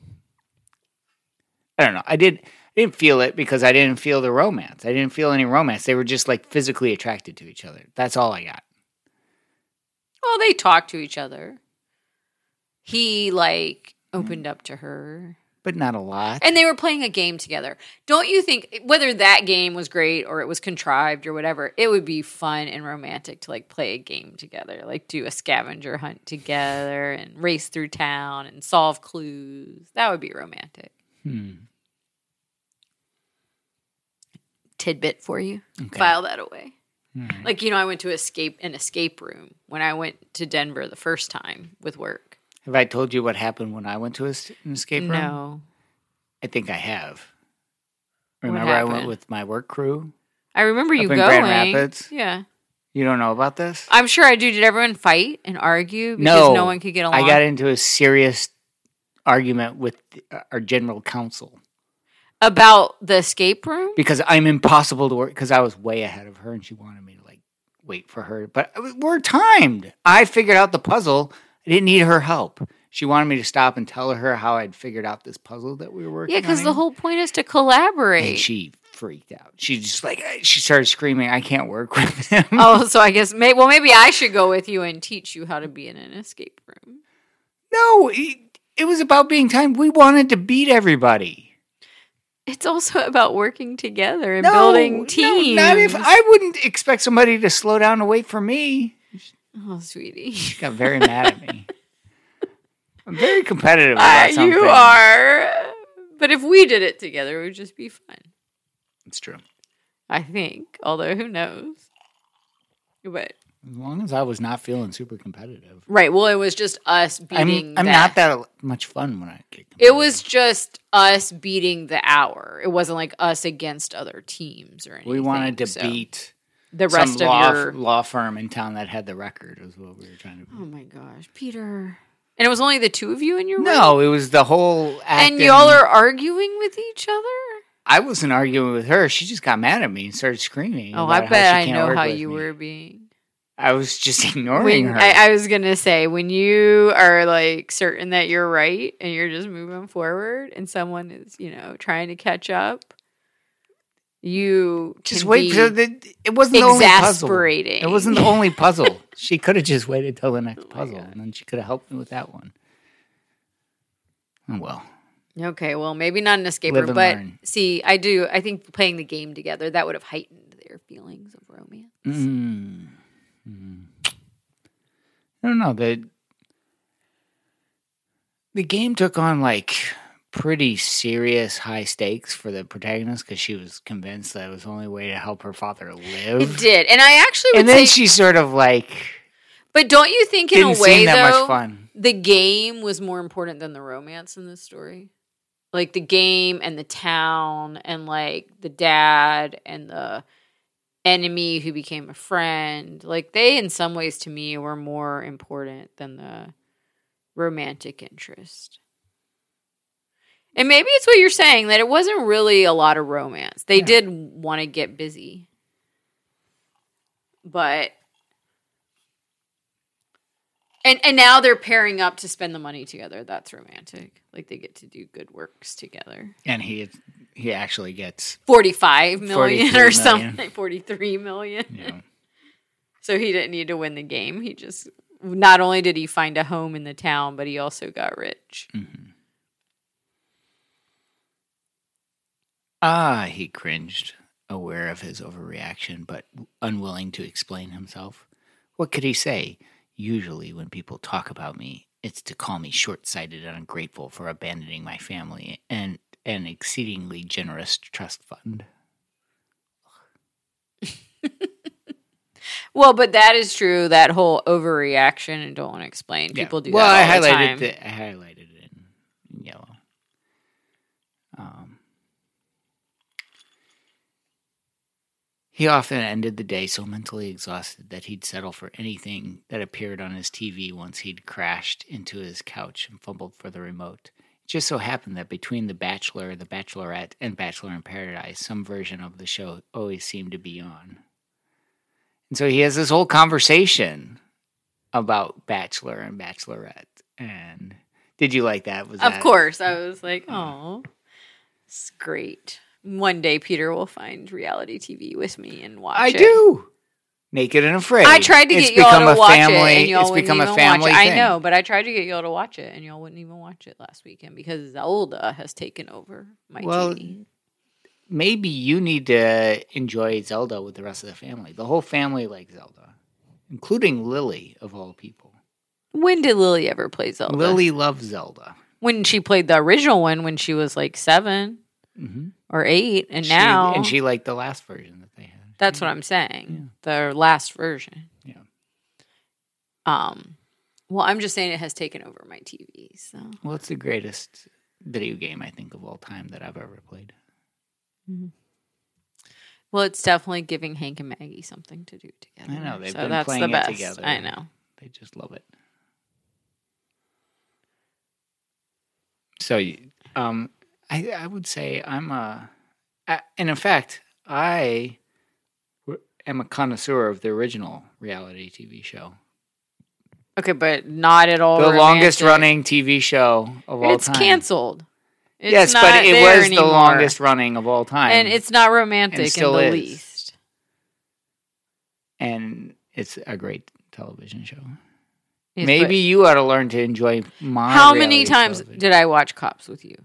[SPEAKER 1] I don't know. I didn't I didn't feel it because I didn't feel the romance. I didn't feel any romance. They were just like physically attracted to each other. That's all I got.
[SPEAKER 2] Well, they talked to each other. He like opened up to her.
[SPEAKER 1] But not a lot.
[SPEAKER 2] And they were playing a game together. Don't you think whether that game was great or it was contrived or whatever, it would be fun and romantic to like play a game together, like do a scavenger hunt together and race through town and solve clues. That would be romantic.
[SPEAKER 1] Hmm.
[SPEAKER 2] Tidbit for you.
[SPEAKER 1] Okay.
[SPEAKER 2] File that away.
[SPEAKER 1] All right.
[SPEAKER 2] Like you know, I went to escape an escape room when I went to Denver the first time with work.
[SPEAKER 1] Have I told you what happened when I went to es- an escape room?
[SPEAKER 2] No,
[SPEAKER 1] I think I have.
[SPEAKER 2] What
[SPEAKER 1] Remember I
[SPEAKER 2] happened?
[SPEAKER 1] went with my work crew?
[SPEAKER 2] I remember you
[SPEAKER 1] Up in
[SPEAKER 2] going.
[SPEAKER 1] Grand Rapids?
[SPEAKER 2] Yeah,
[SPEAKER 1] You don't know about this?
[SPEAKER 2] I'm sure I do. Did everyone fight and argue because
[SPEAKER 1] No.
[SPEAKER 2] no, one could get along?
[SPEAKER 1] I got into a serious argument with uh, our general counsel
[SPEAKER 2] about the escape room.
[SPEAKER 1] because I'm impossible to work because I was way ahead of her and she wanted me to like wait for her. But I was- we're timed. I figured out the puzzle. I didn't need her help. She wanted me to stop and tell her how I'd figured out this puzzle that we were working.
[SPEAKER 2] Yeah, because
[SPEAKER 1] on
[SPEAKER 2] the
[SPEAKER 1] here.
[SPEAKER 2] whole point is to collaborate.
[SPEAKER 1] and she freaked out. She just like uh, she started screaming. I can't work with him.
[SPEAKER 2] oh, so I guess may- well maybe I should go with you and teach you how to be in an escape room.
[SPEAKER 1] No, it, it was about being timed. We wanted to beat everybody.
[SPEAKER 2] It's also about working together and
[SPEAKER 1] No,
[SPEAKER 2] building
[SPEAKER 1] no,
[SPEAKER 2] teams.
[SPEAKER 1] not if I wouldn't expect somebody to slow down to wait for me.
[SPEAKER 2] oh, sweetie.
[SPEAKER 1] She got very mad at me. I'm very competitive
[SPEAKER 2] Ah,
[SPEAKER 1] about something.
[SPEAKER 2] you are. But if we did it together, it would just be fun.
[SPEAKER 1] It's true.
[SPEAKER 2] I think. Although who knows? But
[SPEAKER 1] As long as I was not feeling super competitive.
[SPEAKER 2] right. Well, it was just us beating.
[SPEAKER 1] I'm, I'm not that much fun when I get
[SPEAKER 2] It
[SPEAKER 1] competitive.
[SPEAKER 2] was just us beating the hour. It wasn't like us against other teams or anything.
[SPEAKER 1] We wanted to
[SPEAKER 2] so
[SPEAKER 1] beat
[SPEAKER 2] the rest
[SPEAKER 1] some
[SPEAKER 2] of
[SPEAKER 1] law,
[SPEAKER 2] your.
[SPEAKER 1] law firm in town that had the record, is what we were trying to
[SPEAKER 2] Oh my gosh, Peter! And it was only the two of you in your room,
[SPEAKER 1] No, it was the whole act.
[SPEAKER 2] and y'all are arguing with each other.
[SPEAKER 1] I wasn't arguing with her. She just got mad at me and started screaming.
[SPEAKER 2] Oh,
[SPEAKER 1] about
[SPEAKER 2] I
[SPEAKER 1] how
[SPEAKER 2] bet
[SPEAKER 1] she
[SPEAKER 2] I
[SPEAKER 1] can't
[SPEAKER 2] know
[SPEAKER 1] work
[SPEAKER 2] how
[SPEAKER 1] with
[SPEAKER 2] you
[SPEAKER 1] me.
[SPEAKER 2] were being.
[SPEAKER 1] I was just ignoring
[SPEAKER 2] When,
[SPEAKER 1] her.
[SPEAKER 2] I, I was gonna say when you are like certain that you're right and you're just moving forward, and someone is you know trying to catch up, you
[SPEAKER 1] just
[SPEAKER 2] can
[SPEAKER 1] wait.
[SPEAKER 2] be
[SPEAKER 1] till the, it wasn't the only puzzle.
[SPEAKER 2] exasperating.
[SPEAKER 1] It wasn't the only puzzle. she could have just waited till the next
[SPEAKER 2] Oh my
[SPEAKER 1] puzzle,
[SPEAKER 2] God.
[SPEAKER 1] and then she could have helped me with that one. Oh well,
[SPEAKER 2] Okay, well, maybe not an escape
[SPEAKER 1] Live
[SPEAKER 2] room, but
[SPEAKER 1] and learn.
[SPEAKER 2] see, I do. I think playing the game together that would have heightened their feelings of romance.
[SPEAKER 1] Mm. Mm. I don't know. The the game took on like pretty serious high stakes for the protagonist because she was convinced that it was the only way to help her father live.
[SPEAKER 2] It did, and I actually would
[SPEAKER 1] And then
[SPEAKER 2] say,
[SPEAKER 1] she sort of like
[SPEAKER 2] but don't you think in
[SPEAKER 1] didn't
[SPEAKER 2] a way
[SPEAKER 1] seem that
[SPEAKER 2] though
[SPEAKER 1] much fun.
[SPEAKER 2] the game was more important than the romance in this story? Like the game and the town and like the dad and the enemy who became a friend. Like they in some ways to me were more important than the romantic interest. And maybe it's what you're saying that it wasn't really a lot of romance. They
[SPEAKER 1] Yeah.
[SPEAKER 2] did want to get busy. But and and now they're pairing up to spend the money together. That's romantic. Like they get to do good works together.
[SPEAKER 1] And he he actually gets
[SPEAKER 2] 45 million
[SPEAKER 1] 43
[SPEAKER 2] or
[SPEAKER 1] million.
[SPEAKER 2] something. 43 million.
[SPEAKER 1] you know
[SPEAKER 2] So he didn't need to win the game. He just not only did he find a home in the town, but he also got rich.
[SPEAKER 1] mhm. Ah, he cringed, aware of his overreaction, but unwilling to explain himself. What could he say? Usually, when people talk about me, it's to call me short sighted and ungrateful for abandoning my family and an exceedingly generous trust fund.
[SPEAKER 2] Well, but that is true. That whole overreaction and don't want to explain.
[SPEAKER 1] Yeah.
[SPEAKER 2] People do
[SPEAKER 1] well,
[SPEAKER 2] that. all
[SPEAKER 1] I
[SPEAKER 2] the
[SPEAKER 1] highlighted
[SPEAKER 2] time.
[SPEAKER 1] the- I highlighted it in yellow. Um, he often ended the day so mentally exhausted that he'd settle for anything that appeared on his TV once he'd crashed into his couch and fumbled for the remote. It just so happened that between The Bachelor, The Bachelorette, and Bachelor in Paradise, some version of the show always seemed to be on. And so he has this whole conversation about Bachelor and Bachelorette. And did you like that? Was
[SPEAKER 2] Of
[SPEAKER 1] that-
[SPEAKER 2] course. I was like, oh, it's great. One day Peter will find reality TV with me and watch
[SPEAKER 1] I
[SPEAKER 2] it.
[SPEAKER 1] do. Naked and Afraid.
[SPEAKER 2] I tried to
[SPEAKER 1] It's
[SPEAKER 2] get y'all
[SPEAKER 1] become
[SPEAKER 2] to
[SPEAKER 1] a
[SPEAKER 2] watch
[SPEAKER 1] family-
[SPEAKER 2] it, and y'all
[SPEAKER 1] it's
[SPEAKER 2] wouldn't
[SPEAKER 1] become a
[SPEAKER 2] even
[SPEAKER 1] family
[SPEAKER 2] watch it. I
[SPEAKER 1] thing.
[SPEAKER 2] know, but I tried to get y'all to watch it, and y'all wouldn't even watch it last weekend because Zelda has taken over my
[SPEAKER 1] Well,
[SPEAKER 2] TV.
[SPEAKER 1] Maybe you need to enjoy Zelda with the rest of the family. The whole family likes Zelda, including Lily, of all people.
[SPEAKER 2] When did Lily ever play Zelda?
[SPEAKER 1] Lily loves Zelda.
[SPEAKER 2] when she played the original one when she was like seven
[SPEAKER 1] Mm-hmm.
[SPEAKER 2] or eight, and now
[SPEAKER 1] and she liked the last version that they had.
[SPEAKER 2] That's what I'm saying. The last version.
[SPEAKER 1] Yeah.
[SPEAKER 2] Um. Well, I'm just saying it has taken over my TV. So
[SPEAKER 1] Well, it's the greatest video game I think of all time that I've ever played.
[SPEAKER 2] Well, it's definitely giving Hank and Maggie something to do together.
[SPEAKER 1] I know, they've
[SPEAKER 2] so
[SPEAKER 1] been
[SPEAKER 2] that's
[SPEAKER 1] playing
[SPEAKER 2] the
[SPEAKER 1] it
[SPEAKER 2] best.
[SPEAKER 1] together.
[SPEAKER 2] I know.
[SPEAKER 1] They just love it. So, you- um, I I would say I'm a, I, and in fact, I w- am a connoisseur of the original reality TV show,
[SPEAKER 2] Okay, but not at all.
[SPEAKER 1] the longest
[SPEAKER 2] romantic.
[SPEAKER 1] running TV show of all
[SPEAKER 2] It's
[SPEAKER 1] time.
[SPEAKER 2] canceled. It's
[SPEAKER 1] yes,
[SPEAKER 2] not
[SPEAKER 1] but it
[SPEAKER 2] there
[SPEAKER 1] was
[SPEAKER 2] anymore.
[SPEAKER 1] the longest running of all time,
[SPEAKER 2] and it's not romantic
[SPEAKER 1] and still
[SPEAKER 2] in
[SPEAKER 1] is.
[SPEAKER 2] the least.
[SPEAKER 1] and it's a great television show.
[SPEAKER 2] Yes, but-
[SPEAKER 1] Maybe you ought to learn to enjoy my.
[SPEAKER 2] How many
[SPEAKER 1] reality
[SPEAKER 2] times
[SPEAKER 1] television.
[SPEAKER 2] did I watch Cops with you?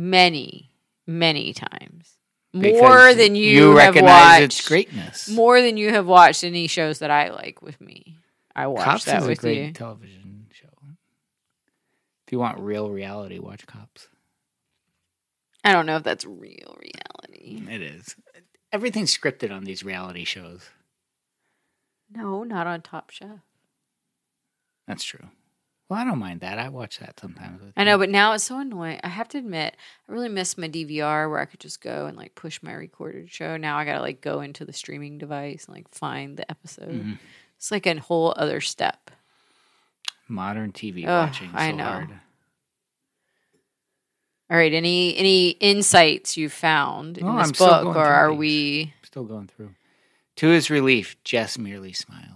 [SPEAKER 2] Many, many times.
[SPEAKER 1] Because
[SPEAKER 2] More than you, have
[SPEAKER 1] recognize
[SPEAKER 2] watched.
[SPEAKER 1] its greatness.
[SPEAKER 2] More than you have watched any shows that I like with me. I watched
[SPEAKER 1] Cops
[SPEAKER 2] that
[SPEAKER 1] is a
[SPEAKER 2] with
[SPEAKER 1] great
[SPEAKER 2] you.
[SPEAKER 1] television show. If you want real reality, watch Cops.
[SPEAKER 2] I don't know if that's real reality.
[SPEAKER 1] It is. Everything's scripted on these reality shows.
[SPEAKER 2] No, not on Top Chef.
[SPEAKER 1] That's true. Well, I don't mind that. I watch that sometimes. with
[SPEAKER 2] I know,
[SPEAKER 1] you.
[SPEAKER 2] but now it's so annoying. I have to admit, I really miss my DVR where I could just go and like push my recorded show. Now I gotta like go into the streaming device and like find the episode.
[SPEAKER 1] Mhm.
[SPEAKER 2] It's like a whole other step.
[SPEAKER 1] modern TV
[SPEAKER 2] Ugh,
[SPEAKER 1] watching. So
[SPEAKER 2] I know.
[SPEAKER 1] Hard.
[SPEAKER 2] All right, any any insights you found in
[SPEAKER 1] No,
[SPEAKER 2] this
[SPEAKER 1] Oh, I'm still
[SPEAKER 2] book,
[SPEAKER 1] going
[SPEAKER 2] or
[SPEAKER 1] through
[SPEAKER 2] are
[SPEAKER 1] these.
[SPEAKER 2] we?
[SPEAKER 1] Still going through. To his relief, Jess merely smiled.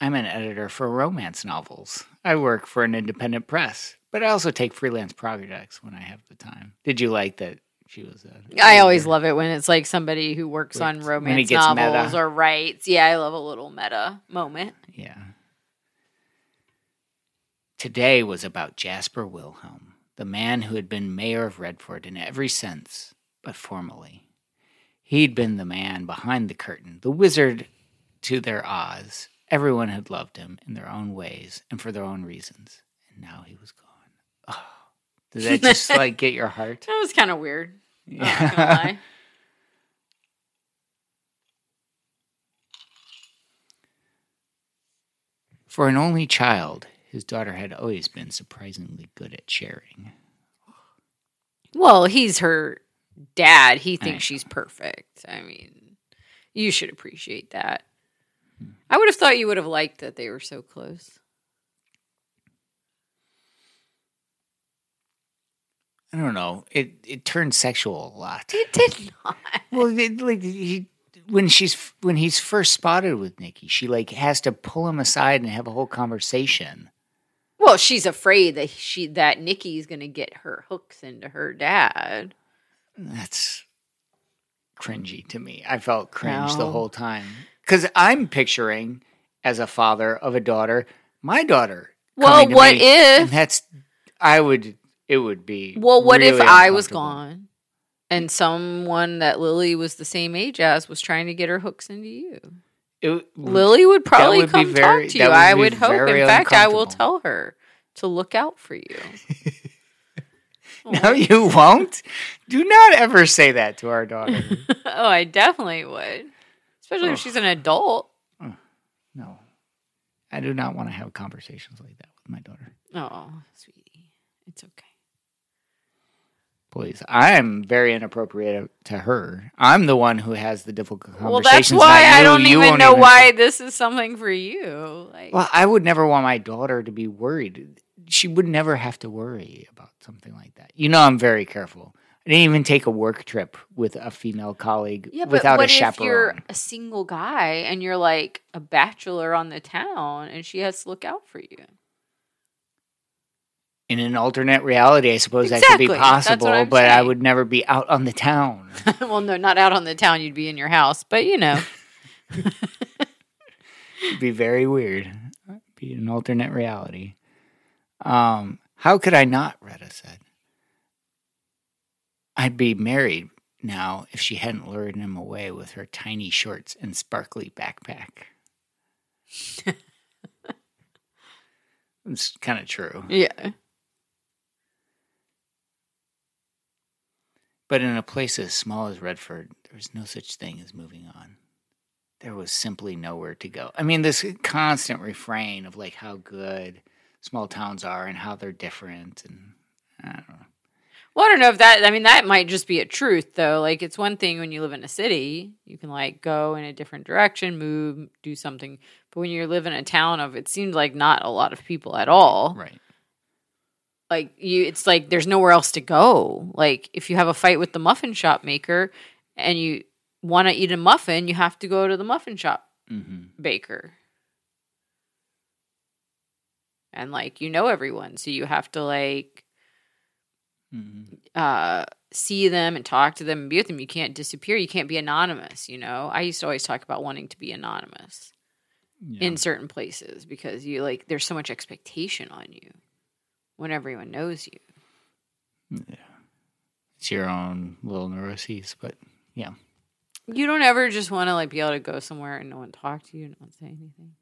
[SPEAKER 1] I'm an editor for romance novels. I work for an independent press, but I also take freelance projects when I have the time. Did you like that she was a
[SPEAKER 2] I always love it when it's like somebody who works on
[SPEAKER 1] When it
[SPEAKER 2] romance
[SPEAKER 1] gets meta.
[SPEAKER 2] novels or writes. Yeah, I love a little meta moment.
[SPEAKER 1] Yeah. Today was about Jasper Wilhelm, the man who had been mayor of Redford in every sense, but formally. He'd been the man behind the curtain, the wizard to their Oz. Everyone had loved him in their own ways and for their own reasons. And now he was gone. Oh, did that just like get your heart?
[SPEAKER 2] That was kind of weird. I'm not gonna
[SPEAKER 1] Yeah.
[SPEAKER 2] lie.
[SPEAKER 1] For an only child, his daughter had always been surprisingly good at sharing.
[SPEAKER 2] Well, he's her dad. He
[SPEAKER 1] know.
[SPEAKER 2] thinks she's perfect. I mean, you should appreciate that. I would have thought you would have liked that they were so close.
[SPEAKER 1] I don't know. It it turned sexual a lot.
[SPEAKER 2] It did not.
[SPEAKER 1] Well, they- like he, when she's when he's first spotted with Nikki, she like has to pull him aside and have a whole conversation.
[SPEAKER 2] Well, she's afraid that she that Nikki's going to get her hooks into her dad.
[SPEAKER 1] That's cringy to me. I felt cringe the
[SPEAKER 2] No.
[SPEAKER 1] whole time because I'm picturing as a father of a daughter, my daughter.
[SPEAKER 2] Well,
[SPEAKER 1] coming to
[SPEAKER 2] what
[SPEAKER 1] me, and
[SPEAKER 2] if?
[SPEAKER 1] that's I would it would be
[SPEAKER 2] Well, what if
[SPEAKER 1] really
[SPEAKER 2] I was
[SPEAKER 1] uncomfortable.
[SPEAKER 2] gone and someone that Lily was the same age as was trying to get her hooks into you?
[SPEAKER 1] It,
[SPEAKER 2] Lily would probably
[SPEAKER 1] would be
[SPEAKER 2] come
[SPEAKER 1] very-
[SPEAKER 2] talk to
[SPEAKER 1] that
[SPEAKER 2] you.
[SPEAKER 1] would
[SPEAKER 2] I
[SPEAKER 1] be
[SPEAKER 2] would hope.
[SPEAKER 1] very
[SPEAKER 2] In fact, I will tell
[SPEAKER 1] uncomfortable.
[SPEAKER 2] her to look out for you. Oh.
[SPEAKER 1] no, you won't. Do not ever say that to our daughter.
[SPEAKER 2] oh, I definitely would. Especially if she's an adult.
[SPEAKER 1] No. I do not want to have conversations like that with my daughter.
[SPEAKER 2] Oh, sweetie. It's okay.
[SPEAKER 1] Please. I am very inappropriate to her. I'm the one who has the difficult conversations.
[SPEAKER 2] Well, that's
[SPEAKER 1] not
[SPEAKER 2] why I
[SPEAKER 1] you.
[SPEAKER 2] don't
[SPEAKER 1] You
[SPEAKER 2] even
[SPEAKER 1] won't
[SPEAKER 2] know why this is something for you. Like,
[SPEAKER 1] Well, I would never want my daughter to be worried. She would never have to worry about something like that. You know, I'm very careful. I didn't even take a work trip with a female colleague
[SPEAKER 2] yeah, but
[SPEAKER 1] without
[SPEAKER 2] what
[SPEAKER 1] a
[SPEAKER 2] if you're
[SPEAKER 1] chaperone.
[SPEAKER 2] a single guy and you're like a bachelor on the town and she has to look out for you?
[SPEAKER 1] In an alternate reality, I suppose that could
[SPEAKER 2] Exactly.
[SPEAKER 1] be
[SPEAKER 2] That's what
[SPEAKER 1] possible,
[SPEAKER 2] I'm
[SPEAKER 1] but I
[SPEAKER 2] saying.
[SPEAKER 1] would never be out on the town.
[SPEAKER 2] well, no, not out on the town. You'd be in your house, but you know.
[SPEAKER 1] It'd be very weird. Be an alternate reality. Um, how could I not? Retta said. I'd be married now if she hadn't lured him away with her tiny shorts and sparkly backpack. it's kind of true.
[SPEAKER 2] yeah.
[SPEAKER 1] But in a place as small as Redford, there was no such thing as moving on. There was simply nowhere to go. I mean, this constant refrain of like how good small towns are and how they're different, and I don't know.
[SPEAKER 2] Well, I don't know if that. I mean, that might just be a truth, though. Like, it's one thing when you live in a city, you can like go in a different direction, move, do something. But when you live in a town of, it seems like not a lot of people at all.
[SPEAKER 1] Right.
[SPEAKER 2] Like you, it's like there's nowhere else to go. Like if you have a fight with the muffin shop maker and you want to eat a muffin, you have to go to the muffin shop
[SPEAKER 1] hmm
[SPEAKER 2] baker. And like you know everyone, so you have to like
[SPEAKER 1] hmm
[SPEAKER 2] uh, see them and talk to them and be with them. You can't disappear. You can't be anonymous. You know, I used to always talk about wanting to be anonymous in certain places because you like there's so much expectation on you when everyone knows you.
[SPEAKER 1] it's your own little neuroses, but yeah.
[SPEAKER 2] You don't ever just want to like be able to go somewhere and no one talk to you, no one say anything.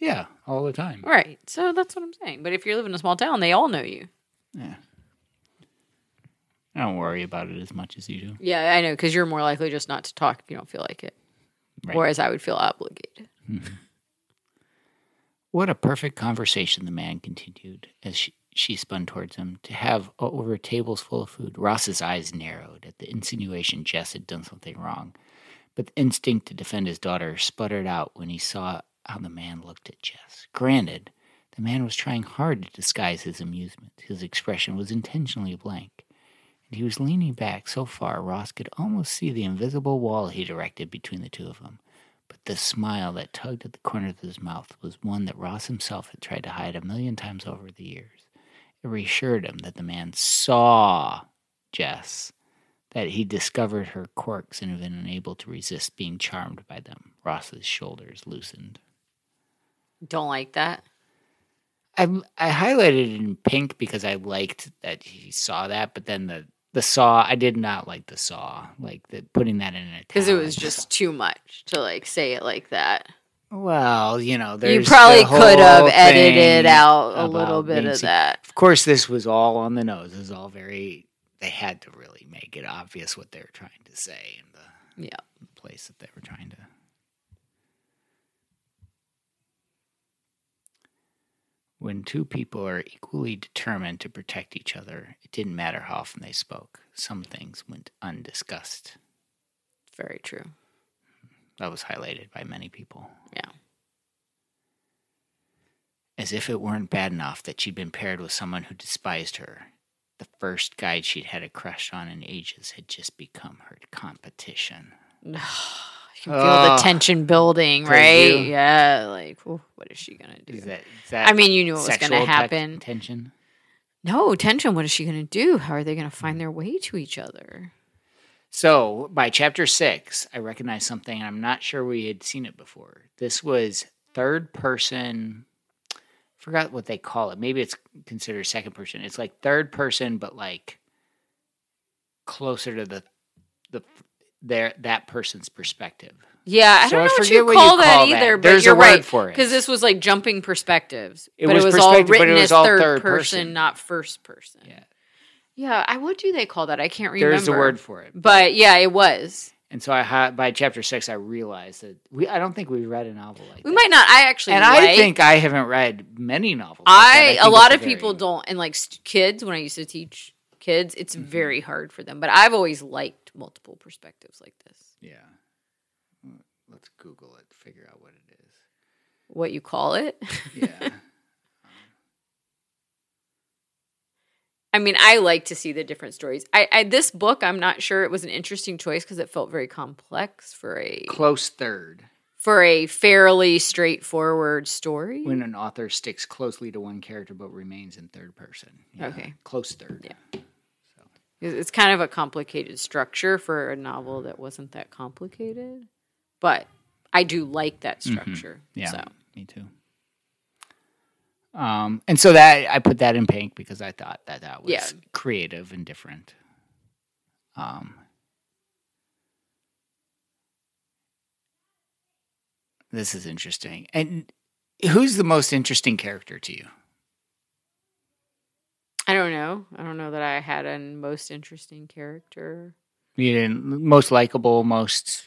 [SPEAKER 1] Yeah, all the time.
[SPEAKER 2] Right. So that's what I'm saying. But if you live in a small town, they all know you.
[SPEAKER 1] Yeah. I don't worry about it as much as you do.
[SPEAKER 2] Yeah, I know, because you're more likely just not to talk if you don't feel like it.
[SPEAKER 1] Right.
[SPEAKER 2] Whereas I would feel obligated.
[SPEAKER 1] What a perfect conversation, the man continued as she, she spun towards him to have o- over tables full of food. Ross's eyes narrowed at the insinuation Jess had done something wrong, but the instinct to defend his daughter sputtered out when he saw how the man looked at Jess. Granted, the man was trying hard to disguise his amusement. His expression was intentionally blank, and he was leaning back so far Ross could almost see the invisible wall he'd erected between the two of them but the smile that tugged at the corners of his mouth was one that Ross himself had tried to hide a million times over the years. It reassured him that the man saw Jess, that he discovered her quirks and had been unable to resist being charmed by them. Ross's shoulders loosened.
[SPEAKER 2] Don't like that.
[SPEAKER 1] I I highlighted it in pink because I liked that he saw that, but then the the saw I did not like the saw, like the, putting that in a
[SPEAKER 2] Because it was just too much to like say it like that.
[SPEAKER 1] Well, you know,
[SPEAKER 2] You
[SPEAKER 1] there's
[SPEAKER 2] probably
[SPEAKER 1] the
[SPEAKER 2] could have
[SPEAKER 1] whole
[SPEAKER 2] edited
[SPEAKER 1] thing
[SPEAKER 2] out a
[SPEAKER 1] about
[SPEAKER 2] little bit
[SPEAKER 1] being
[SPEAKER 2] of
[SPEAKER 1] se-
[SPEAKER 2] that.
[SPEAKER 1] Of course, this was all on the nose. It was all very. They had to really make it obvious what they were trying to say and the
[SPEAKER 2] Yeah.
[SPEAKER 1] place that they were trying to. When two people are equally determined to protect each other, it didn't matter how often they spoke. Some things went undiscussed.
[SPEAKER 2] Very true.
[SPEAKER 1] That was highlighted by many people.
[SPEAKER 2] Yeah.
[SPEAKER 1] As if it weren't bad enough that she'd been paired with someone who despised her, the first guide she'd had a crush on in ages had just become her competition.
[SPEAKER 2] you can feel
[SPEAKER 1] Ah.
[SPEAKER 2] the tension building,
[SPEAKER 1] Could
[SPEAKER 2] right?
[SPEAKER 1] you?
[SPEAKER 2] Yeah, like ooh, what is she gonna do?
[SPEAKER 1] Is that, is that
[SPEAKER 2] I mean, you knew it was gonna
[SPEAKER 1] sexual te-
[SPEAKER 2] happen.
[SPEAKER 1] tension.
[SPEAKER 2] no tension. What is she gonna do? How are they gonna find their way to each other?
[SPEAKER 1] So by chapter six, I recognized something I'm not sure we had seen it before. This was third person. Forgot what they call it. Maybe it's considered second person. It's like third person, but like closer to the the their that person's perspective.
[SPEAKER 2] Yeah, I
[SPEAKER 1] So
[SPEAKER 2] don't know what
[SPEAKER 1] forget
[SPEAKER 2] you
[SPEAKER 1] what you
[SPEAKER 2] call that
[SPEAKER 1] call that.
[SPEAKER 2] either. But
[SPEAKER 1] There's a
[SPEAKER 2] you're
[SPEAKER 1] word
[SPEAKER 2] right
[SPEAKER 1] for it.
[SPEAKER 2] because this was like jumping perspectives,
[SPEAKER 1] It
[SPEAKER 2] but
[SPEAKER 1] was
[SPEAKER 2] it was all
[SPEAKER 1] perspective, but
[SPEAKER 2] written
[SPEAKER 1] it was
[SPEAKER 2] as
[SPEAKER 1] all
[SPEAKER 2] third,
[SPEAKER 1] third
[SPEAKER 2] person,
[SPEAKER 1] person.
[SPEAKER 2] not first person.
[SPEAKER 1] Yeah.
[SPEAKER 2] yeah. I what do they call that? I can't remember.
[SPEAKER 1] There's a word for it.
[SPEAKER 2] but yeah, it was.
[SPEAKER 1] And so I ha- by chapter six, I realized that we I don't think we read a novel like
[SPEAKER 2] We
[SPEAKER 1] that.
[SPEAKER 2] might not. I actually
[SPEAKER 1] And
[SPEAKER 2] like,
[SPEAKER 1] I think I haven't read many novels. like that.
[SPEAKER 2] I,
[SPEAKER 1] think
[SPEAKER 2] a lot
[SPEAKER 1] it's
[SPEAKER 2] of people
[SPEAKER 1] very-
[SPEAKER 2] don't, and like st- kids, when I used to teach kids, it's
[SPEAKER 1] Mm-hmm.
[SPEAKER 2] very hard for them. But I've always liked multiple perspectives like this.
[SPEAKER 1] Yeah. Let's Google it, figure out what it is.
[SPEAKER 2] What you call it?
[SPEAKER 1] Yeah.
[SPEAKER 2] I mean, I like to see the different stories. I, I this book, I'm not sure it was an interesting choice because it felt very complex for a
[SPEAKER 1] close third.
[SPEAKER 2] for a fairly straightforward story.
[SPEAKER 1] When an author sticks closely to one character but remains in third person. Yeah.
[SPEAKER 2] Okay.
[SPEAKER 1] Close third.
[SPEAKER 2] Yeah. It's it's kind of a complicated structure for a novel that wasn't that complicated, but I do like that structure.
[SPEAKER 1] Mm-hmm. Yeah.
[SPEAKER 2] So.
[SPEAKER 1] Me too. Um, and so that I put that in pink because I thought that that was
[SPEAKER 2] Yeah.
[SPEAKER 1] creative and different. Um, this is interesting. And who's the most interesting character to you?
[SPEAKER 2] I don't know. I don't know that I had a most interesting character.
[SPEAKER 1] You didn't, most likable, most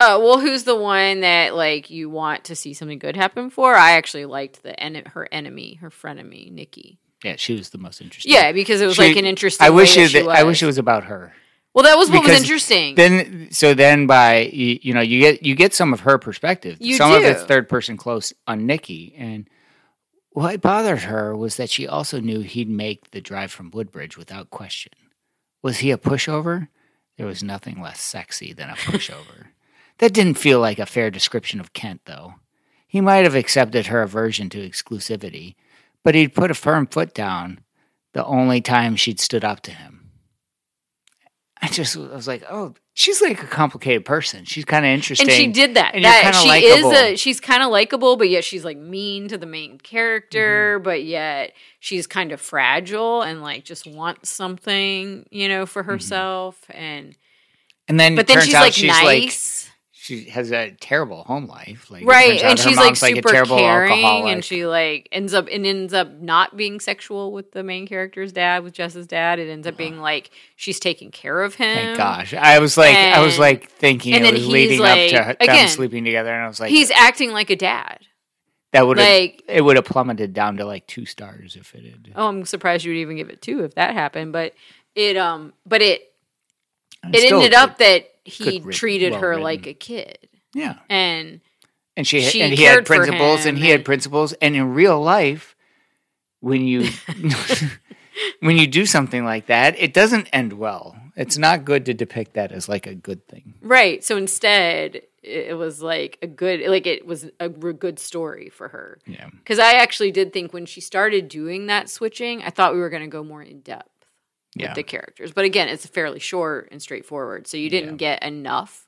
[SPEAKER 2] Uh, well, who's the one that like you want to see something good happen for? I actually liked the en- her enemy, her frenemy, Nikki.
[SPEAKER 1] Yeah, she was the most interesting.
[SPEAKER 2] Yeah, because it was
[SPEAKER 1] She-
[SPEAKER 2] like an interesting.
[SPEAKER 1] I wish
[SPEAKER 2] way that
[SPEAKER 1] it.
[SPEAKER 2] she
[SPEAKER 1] I wish
[SPEAKER 2] was.
[SPEAKER 1] it was about her.
[SPEAKER 2] Well, that was what was
[SPEAKER 1] because
[SPEAKER 2] interesting.
[SPEAKER 1] Then, so then by you, you know you get you get some of her perspective.
[SPEAKER 2] You
[SPEAKER 1] some of
[SPEAKER 2] do.
[SPEAKER 1] it's third person close on Nikki, and what bothered her was that she also knew he'd make the drive from Woodbridge without question. Was he a pushover? There was nothing less sexy than a pushover. that didn't feel like a fair description of Kent, though. He might have accepted her aversion to exclusivity, but he'd put a firm foot down the only time she'd stood up to him. I just I was like, oh, she's like a complicated person. She's kind of interesting.
[SPEAKER 2] and she did that.
[SPEAKER 1] and you're
[SPEAKER 2] that
[SPEAKER 1] kinda
[SPEAKER 2] she is a
[SPEAKER 1] likable.
[SPEAKER 2] she's kind of likable, but yet she's like mean to the main
[SPEAKER 1] Mm-hmm.
[SPEAKER 2] character, but yet she's kind of fragile and like just wants something, you know, for herself. And
[SPEAKER 1] and then
[SPEAKER 2] but
[SPEAKER 1] it
[SPEAKER 2] then
[SPEAKER 1] Mm-hmm. turns
[SPEAKER 2] she's
[SPEAKER 1] out
[SPEAKER 2] like
[SPEAKER 1] she's like
[SPEAKER 2] nice.
[SPEAKER 1] she has a terrible home life. Like it
[SPEAKER 2] right
[SPEAKER 1] turns out
[SPEAKER 2] and
[SPEAKER 1] her
[SPEAKER 2] she's like
[SPEAKER 1] mom's, like, a
[SPEAKER 2] super
[SPEAKER 1] terrible
[SPEAKER 2] caring
[SPEAKER 1] alcoholic.
[SPEAKER 2] and she like ends up and ends up not being sexual with the main character's dad with jess's dad it ends up being like she's taking care of him
[SPEAKER 1] Thank gosh. I was like, I was
[SPEAKER 2] and-
[SPEAKER 1] like thinking
[SPEAKER 2] and
[SPEAKER 1] it
[SPEAKER 2] then
[SPEAKER 1] was
[SPEAKER 2] he's
[SPEAKER 1] leading
[SPEAKER 2] like-
[SPEAKER 1] up to them
[SPEAKER 2] again,
[SPEAKER 1] sleeping together, and I was like,
[SPEAKER 2] he's acting like a dad
[SPEAKER 1] that would have
[SPEAKER 2] like
[SPEAKER 1] it would have plummeted down to like two stars if it had.
[SPEAKER 2] oh i'm surprised you would even give it two if that happened but it um but it
[SPEAKER 1] And
[SPEAKER 2] it
[SPEAKER 1] still,
[SPEAKER 2] ended up that he
[SPEAKER 1] good writ-
[SPEAKER 2] treated her
[SPEAKER 1] well-written.
[SPEAKER 2] like a kid
[SPEAKER 1] yeah.
[SPEAKER 2] and
[SPEAKER 1] And she,
[SPEAKER 2] she
[SPEAKER 1] and he had
[SPEAKER 2] cared for
[SPEAKER 1] principles, and
[SPEAKER 2] him
[SPEAKER 1] he had
[SPEAKER 2] and-
[SPEAKER 1] principles, and in real life, when you when you do something like that, it doesn't end well. It's not good to depict that as like a good thing.
[SPEAKER 2] right so instead it- it was like a good like it was a r- good story for her
[SPEAKER 1] Yeah.
[SPEAKER 2] because i actually did think when she started doing that switching i thought we were going to go more in depth
[SPEAKER 1] Yeah.
[SPEAKER 2] with the characters but again it's fairly short and straightforward so you didn't get enough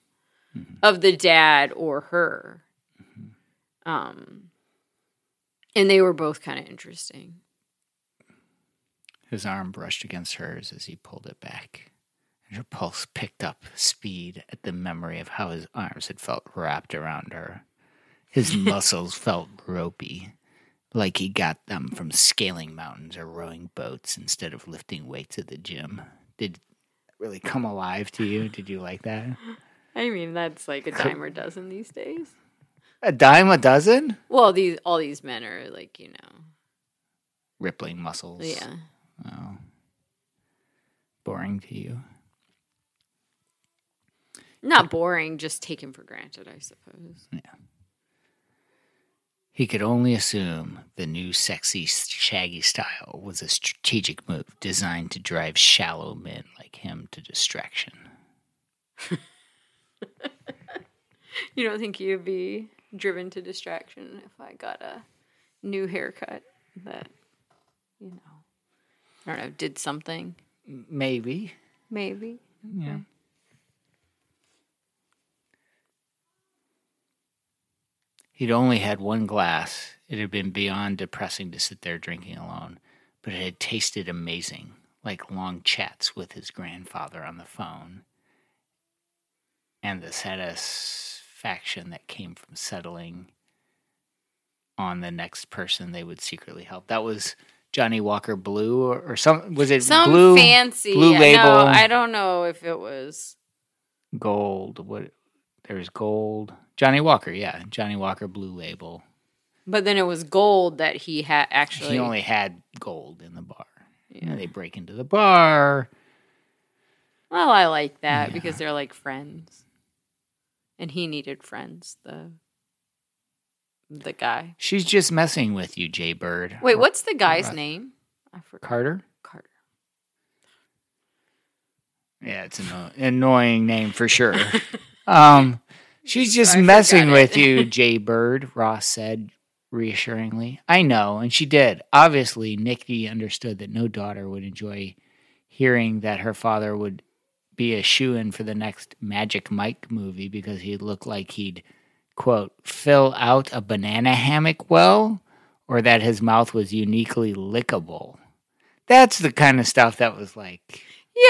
[SPEAKER 2] of the dad or her um and they were both kind of interesting
[SPEAKER 1] His arm brushed against hers as he pulled it back, and her pulse picked up speed at the memory of how his arms had felt wrapped around her. His muscles felt ropey, like he got them from scaling mountains or rowing boats instead of lifting weights at the gym. Did it really come alive to you? Did you like that?
[SPEAKER 2] I mean, that's like a dime or dozen these days.
[SPEAKER 1] A dime a dozen?
[SPEAKER 2] Well, these all these men are like you know,
[SPEAKER 1] Rippling muscles.
[SPEAKER 2] yeah.
[SPEAKER 1] Oh. Boring to you.
[SPEAKER 2] Not boring, just taken for granted, I suppose.
[SPEAKER 1] He could only assume the new sexy, shaggy style was a strategic move designed to drive shallow men like him to distraction.
[SPEAKER 2] You don't think you'd be driven to distraction if I got a new haircut that, you know, I don't know, did something
[SPEAKER 1] Maybe.
[SPEAKER 2] maybe.
[SPEAKER 1] Yeah. He'd only had one glass. It had been beyond depressing to sit there drinking alone, but it had tasted amazing, like long chats with his grandfather on the phone. And the satisfaction that came from settling on the next person they would secretly help. That was Johnny Walker Blue or, or some was it
[SPEAKER 2] Some
[SPEAKER 1] blue
[SPEAKER 2] fancy
[SPEAKER 1] blue label.
[SPEAKER 2] No, I don't know if it was.
[SPEAKER 1] gold. What there's gold. Johnny Walker, yeah, Johnny Walker Blue Label.
[SPEAKER 2] But then it was gold that he had actually.
[SPEAKER 1] He only had gold in the bar. You know,
[SPEAKER 2] Yeah.
[SPEAKER 1] they break into the bar.
[SPEAKER 2] Well, I like that
[SPEAKER 1] Yeah.
[SPEAKER 2] because they're like friends. And he needed friends, the the guy.
[SPEAKER 1] She's just messing with you, Jay Bird.
[SPEAKER 2] Wait, what's the guy's
[SPEAKER 1] Russ.
[SPEAKER 2] name? I forgot.
[SPEAKER 1] Carter?
[SPEAKER 2] Carter.
[SPEAKER 1] Yeah, it's an anno- annoying name for sure. um, she's just
[SPEAKER 2] I
[SPEAKER 1] messing
[SPEAKER 2] forgot it.
[SPEAKER 1] with you, Jay Bird, Ross said reassuringly. I know, and she did. Obviously, Nikki understood that no daughter would enjoy hearing that her father would be a shoe in for the next Magic Mike movie because he looked like he'd, quote, fill out a banana hammock well, or that his mouth was uniquely lickable. That's the kind of stuff that was like.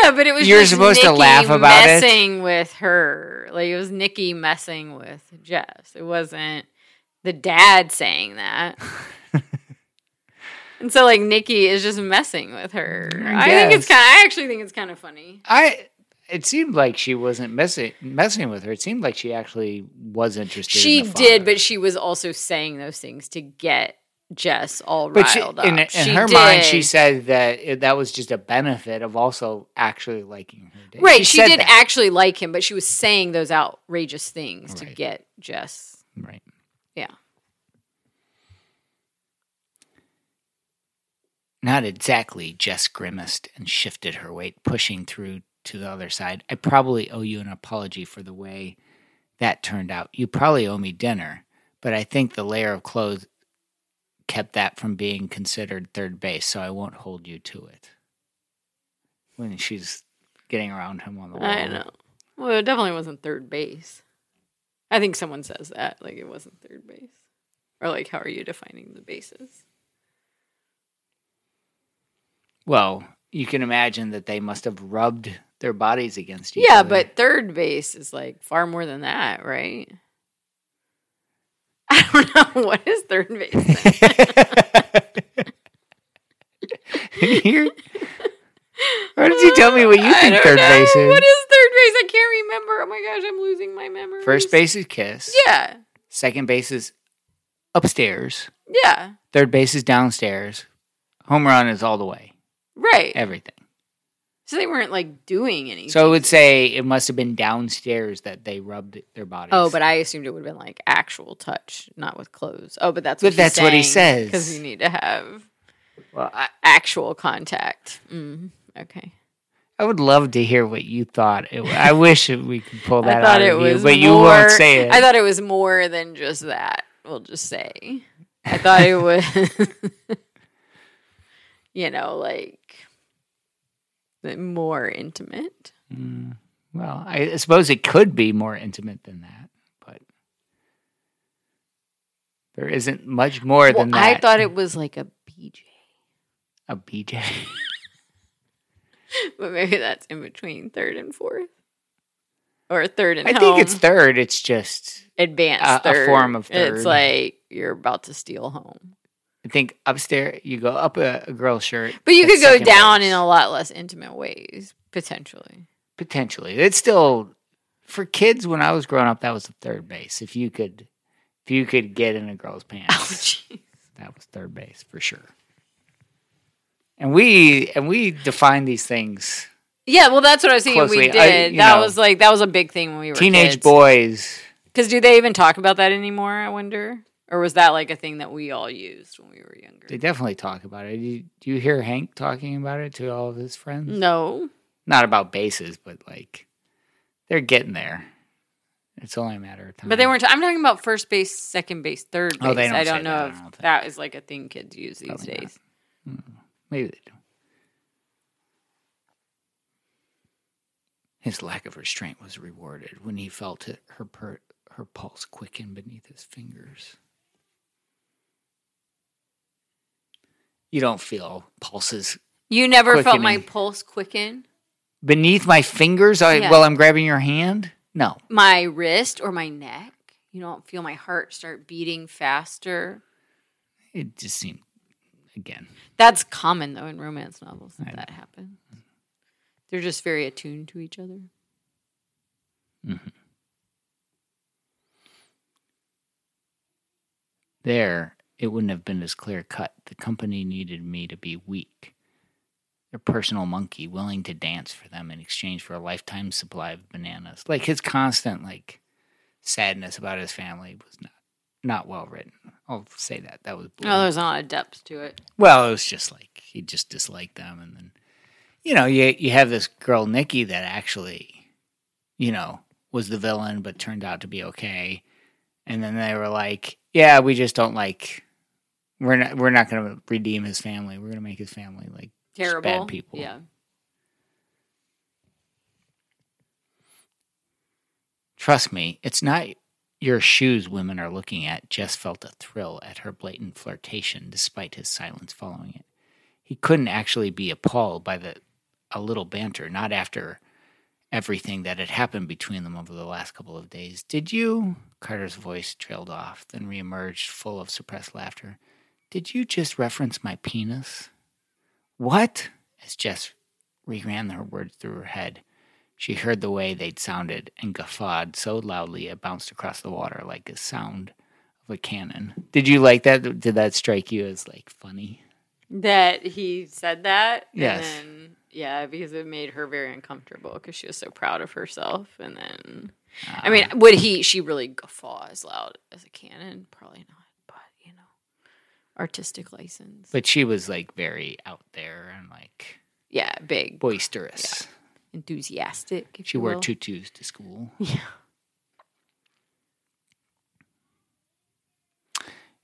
[SPEAKER 2] Yeah, but it was
[SPEAKER 1] You're
[SPEAKER 2] just
[SPEAKER 1] supposed to
[SPEAKER 2] Nikki
[SPEAKER 1] laugh about it.
[SPEAKER 2] messing with her. Like it was Nikki messing with Jess. It wasn't the dad saying that. and so like Nikki is just messing with her. I, think it's
[SPEAKER 1] guess.
[SPEAKER 2] kind I actually think it's kind of funny.
[SPEAKER 1] I it seemed like she wasn't messing messing with her. It seemed like she actually was interested. in
[SPEAKER 2] She
[SPEAKER 1] the
[SPEAKER 2] did,
[SPEAKER 1] father.
[SPEAKER 2] but she was also saying those things to get Jess all
[SPEAKER 1] But she,
[SPEAKER 2] riled up.
[SPEAKER 1] in, in
[SPEAKER 2] She
[SPEAKER 1] her mind, she
[SPEAKER 2] did.
[SPEAKER 1] said that it, that was just a benefit of also actually liking her. dad.
[SPEAKER 2] right. She,
[SPEAKER 1] said
[SPEAKER 2] did
[SPEAKER 1] that.
[SPEAKER 2] actually like him, but she was saying those outrageous things to
[SPEAKER 1] Right.
[SPEAKER 2] get Jess.
[SPEAKER 1] Right.
[SPEAKER 2] Yeah,
[SPEAKER 1] Not exactly. Jess grimaced and shifted her weight, pushing through to the other side. I probably owe you an apology for the way that turned out. You probably owe me dinner, but I think the layer of clothes kept that from being considered third base, so I won't hold you to it. When she's getting around him on the wall.
[SPEAKER 2] I know. Well, it definitely wasn't third base. I think someone says that like it wasn't third base, or like how are you defining the bases?
[SPEAKER 1] Well, you can imagine that they must have rubbed their bodies against each
[SPEAKER 2] Yeah,
[SPEAKER 1] other.
[SPEAKER 2] but third base is like far more than that, right? I don't know what is third base. then?
[SPEAKER 1] You're- Why don't you tell me what you
[SPEAKER 2] I
[SPEAKER 1] think
[SPEAKER 2] don't
[SPEAKER 1] third
[SPEAKER 2] know.
[SPEAKER 1] base is?
[SPEAKER 2] What is third base? I can't remember. Oh my gosh, I'm losing my memory.
[SPEAKER 1] First base is kiss.
[SPEAKER 2] Yeah,
[SPEAKER 1] Second base is upstairs.
[SPEAKER 2] yeah,
[SPEAKER 1] Third base is downstairs. Home run is all the way.
[SPEAKER 2] right.
[SPEAKER 1] Everything.
[SPEAKER 2] So they weren't like doing anything.
[SPEAKER 1] So I would say it must have been downstairs that they rubbed their bodies.
[SPEAKER 2] oh, but I assumed it would have been like actual touch, not with clothes. Oh, but that's
[SPEAKER 1] But
[SPEAKER 2] what
[SPEAKER 1] that's what he says.
[SPEAKER 2] because you need to have uh,
[SPEAKER 1] well, I,
[SPEAKER 2] actual contact. Mm, okay.
[SPEAKER 1] I would love to hear what you thought. It, I wish we could pull that
[SPEAKER 2] I thought
[SPEAKER 1] out
[SPEAKER 2] it
[SPEAKER 1] of you,
[SPEAKER 2] was, more,
[SPEAKER 1] but you won't say it.
[SPEAKER 2] I thought it was more than just that. We'll just say, I thought it was, you know, like more intimate.
[SPEAKER 1] Mm, well, I suppose it could be more intimate than that, but there isn't much more
[SPEAKER 2] Well,
[SPEAKER 1] than
[SPEAKER 2] I
[SPEAKER 1] that.
[SPEAKER 2] thought it was like a BJ,
[SPEAKER 1] a BJ.
[SPEAKER 2] but maybe that's in between third and fourth, or third and
[SPEAKER 1] I
[SPEAKER 2] home.
[SPEAKER 1] think it's third. It's just
[SPEAKER 2] advanced
[SPEAKER 1] a- a
[SPEAKER 2] third.
[SPEAKER 1] form of third.
[SPEAKER 2] It's like you're about to steal home.
[SPEAKER 1] I think upstairs you go up a, a girl's shirt,
[SPEAKER 2] But you
[SPEAKER 1] that's
[SPEAKER 2] could go
[SPEAKER 1] second
[SPEAKER 2] down
[SPEAKER 1] base.
[SPEAKER 2] in a lot less intimate ways, potentially.
[SPEAKER 1] potentially. It's still for kids. When I was growing up, that was the third base. If you could, if you could get in a girl's
[SPEAKER 2] Oh,
[SPEAKER 1] pants,
[SPEAKER 2] jeez.
[SPEAKER 1] that was third base for sure. And we and we define these things
[SPEAKER 2] Yeah, well, that's what I was thinking.
[SPEAKER 1] Closely,
[SPEAKER 2] We
[SPEAKER 1] I-
[SPEAKER 2] did.
[SPEAKER 1] you
[SPEAKER 2] that
[SPEAKER 1] know.
[SPEAKER 2] was like that was a big thing when we were
[SPEAKER 1] teenage boys.
[SPEAKER 2] Because do they even talk about that anymore? I wonder, or was that like a thing that we all used when we were younger?
[SPEAKER 1] They definitely talk about it. Do you, do you hear Hank talking about it to all of his friends?
[SPEAKER 2] no,
[SPEAKER 1] Not about bases, but like they're getting there. It's only a matter of time.
[SPEAKER 2] but they weren't. i I'm talking about first base, second base, third base.
[SPEAKER 1] Oh, they don't
[SPEAKER 2] I
[SPEAKER 1] say
[SPEAKER 2] don't know
[SPEAKER 1] that, I
[SPEAKER 2] if
[SPEAKER 1] don't think.
[SPEAKER 2] that is like a thing kids use these
[SPEAKER 1] Probably not.
[SPEAKER 2] days.
[SPEAKER 1] Maybe they do. His lack of restraint was rewarded when he felt it, her per, her pulse quicken beneath his fingers. You don't feel pulses
[SPEAKER 2] You never felt my
[SPEAKER 1] Quickening.
[SPEAKER 2] pulse quicken,
[SPEAKER 1] beneath my fingers I,
[SPEAKER 2] Yeah.
[SPEAKER 1] while I'm grabbing your hand. No,
[SPEAKER 2] my wrist or my neck. You don't feel my heart start beating faster.
[SPEAKER 1] it just seemed again.
[SPEAKER 2] That's common though in romance novels that,
[SPEAKER 1] I
[SPEAKER 2] that happens. They're just very attuned to each other.
[SPEAKER 1] There, it wouldn't have been as clear cut. The company needed me to be weak, their personal monkey, willing to dance for them in exchange for a lifetime supply of bananas. Like his constant like sadness about his family was not not well written. I'll say that. That was
[SPEAKER 2] No, Oh, there's not a depth to it.
[SPEAKER 1] well, it was just like he just disliked them, and then you know you you have this girl Nikki that actually, you know, was the villain but turned out to be okay, and then they were like, yeah, we just don't like we're not we're not going to redeem his family. We're going to make his family like just
[SPEAKER 2] Terrible.
[SPEAKER 1] bad people.
[SPEAKER 2] Yeah.
[SPEAKER 1] Trust me, it's not your shoes women are looking at. Jess felt a thrill at her blatant flirtation despite his silence following it. He couldn't actually be appalled by the a little banter, not after everything that had happened between them over the last couple of days. Did you? Carter's voice trailed off, then reemerged full of suppressed laughter. Did you just reference my penis? What? As Jess reran her words through her head. She heard the way they'd sounded and guffawed so loudly it bounced across the water like the sound of a cannon. Did you like that? Did that strike you as like funny?
[SPEAKER 2] That he said that.
[SPEAKER 1] Yes.
[SPEAKER 2] And then, yeah, because it made her very uncomfortable because she was so proud of herself. And then, I mean,
[SPEAKER 1] Ah.
[SPEAKER 2] would he, she really guffaw as loud as a cannon? Probably not. But, you know, artistic license.
[SPEAKER 1] But she was like very out there and like
[SPEAKER 2] yeah, big,
[SPEAKER 1] boisterous.
[SPEAKER 2] enthusiastic. If
[SPEAKER 1] She
[SPEAKER 2] you
[SPEAKER 1] wore
[SPEAKER 2] will.
[SPEAKER 1] tutus to school.
[SPEAKER 2] Yeah.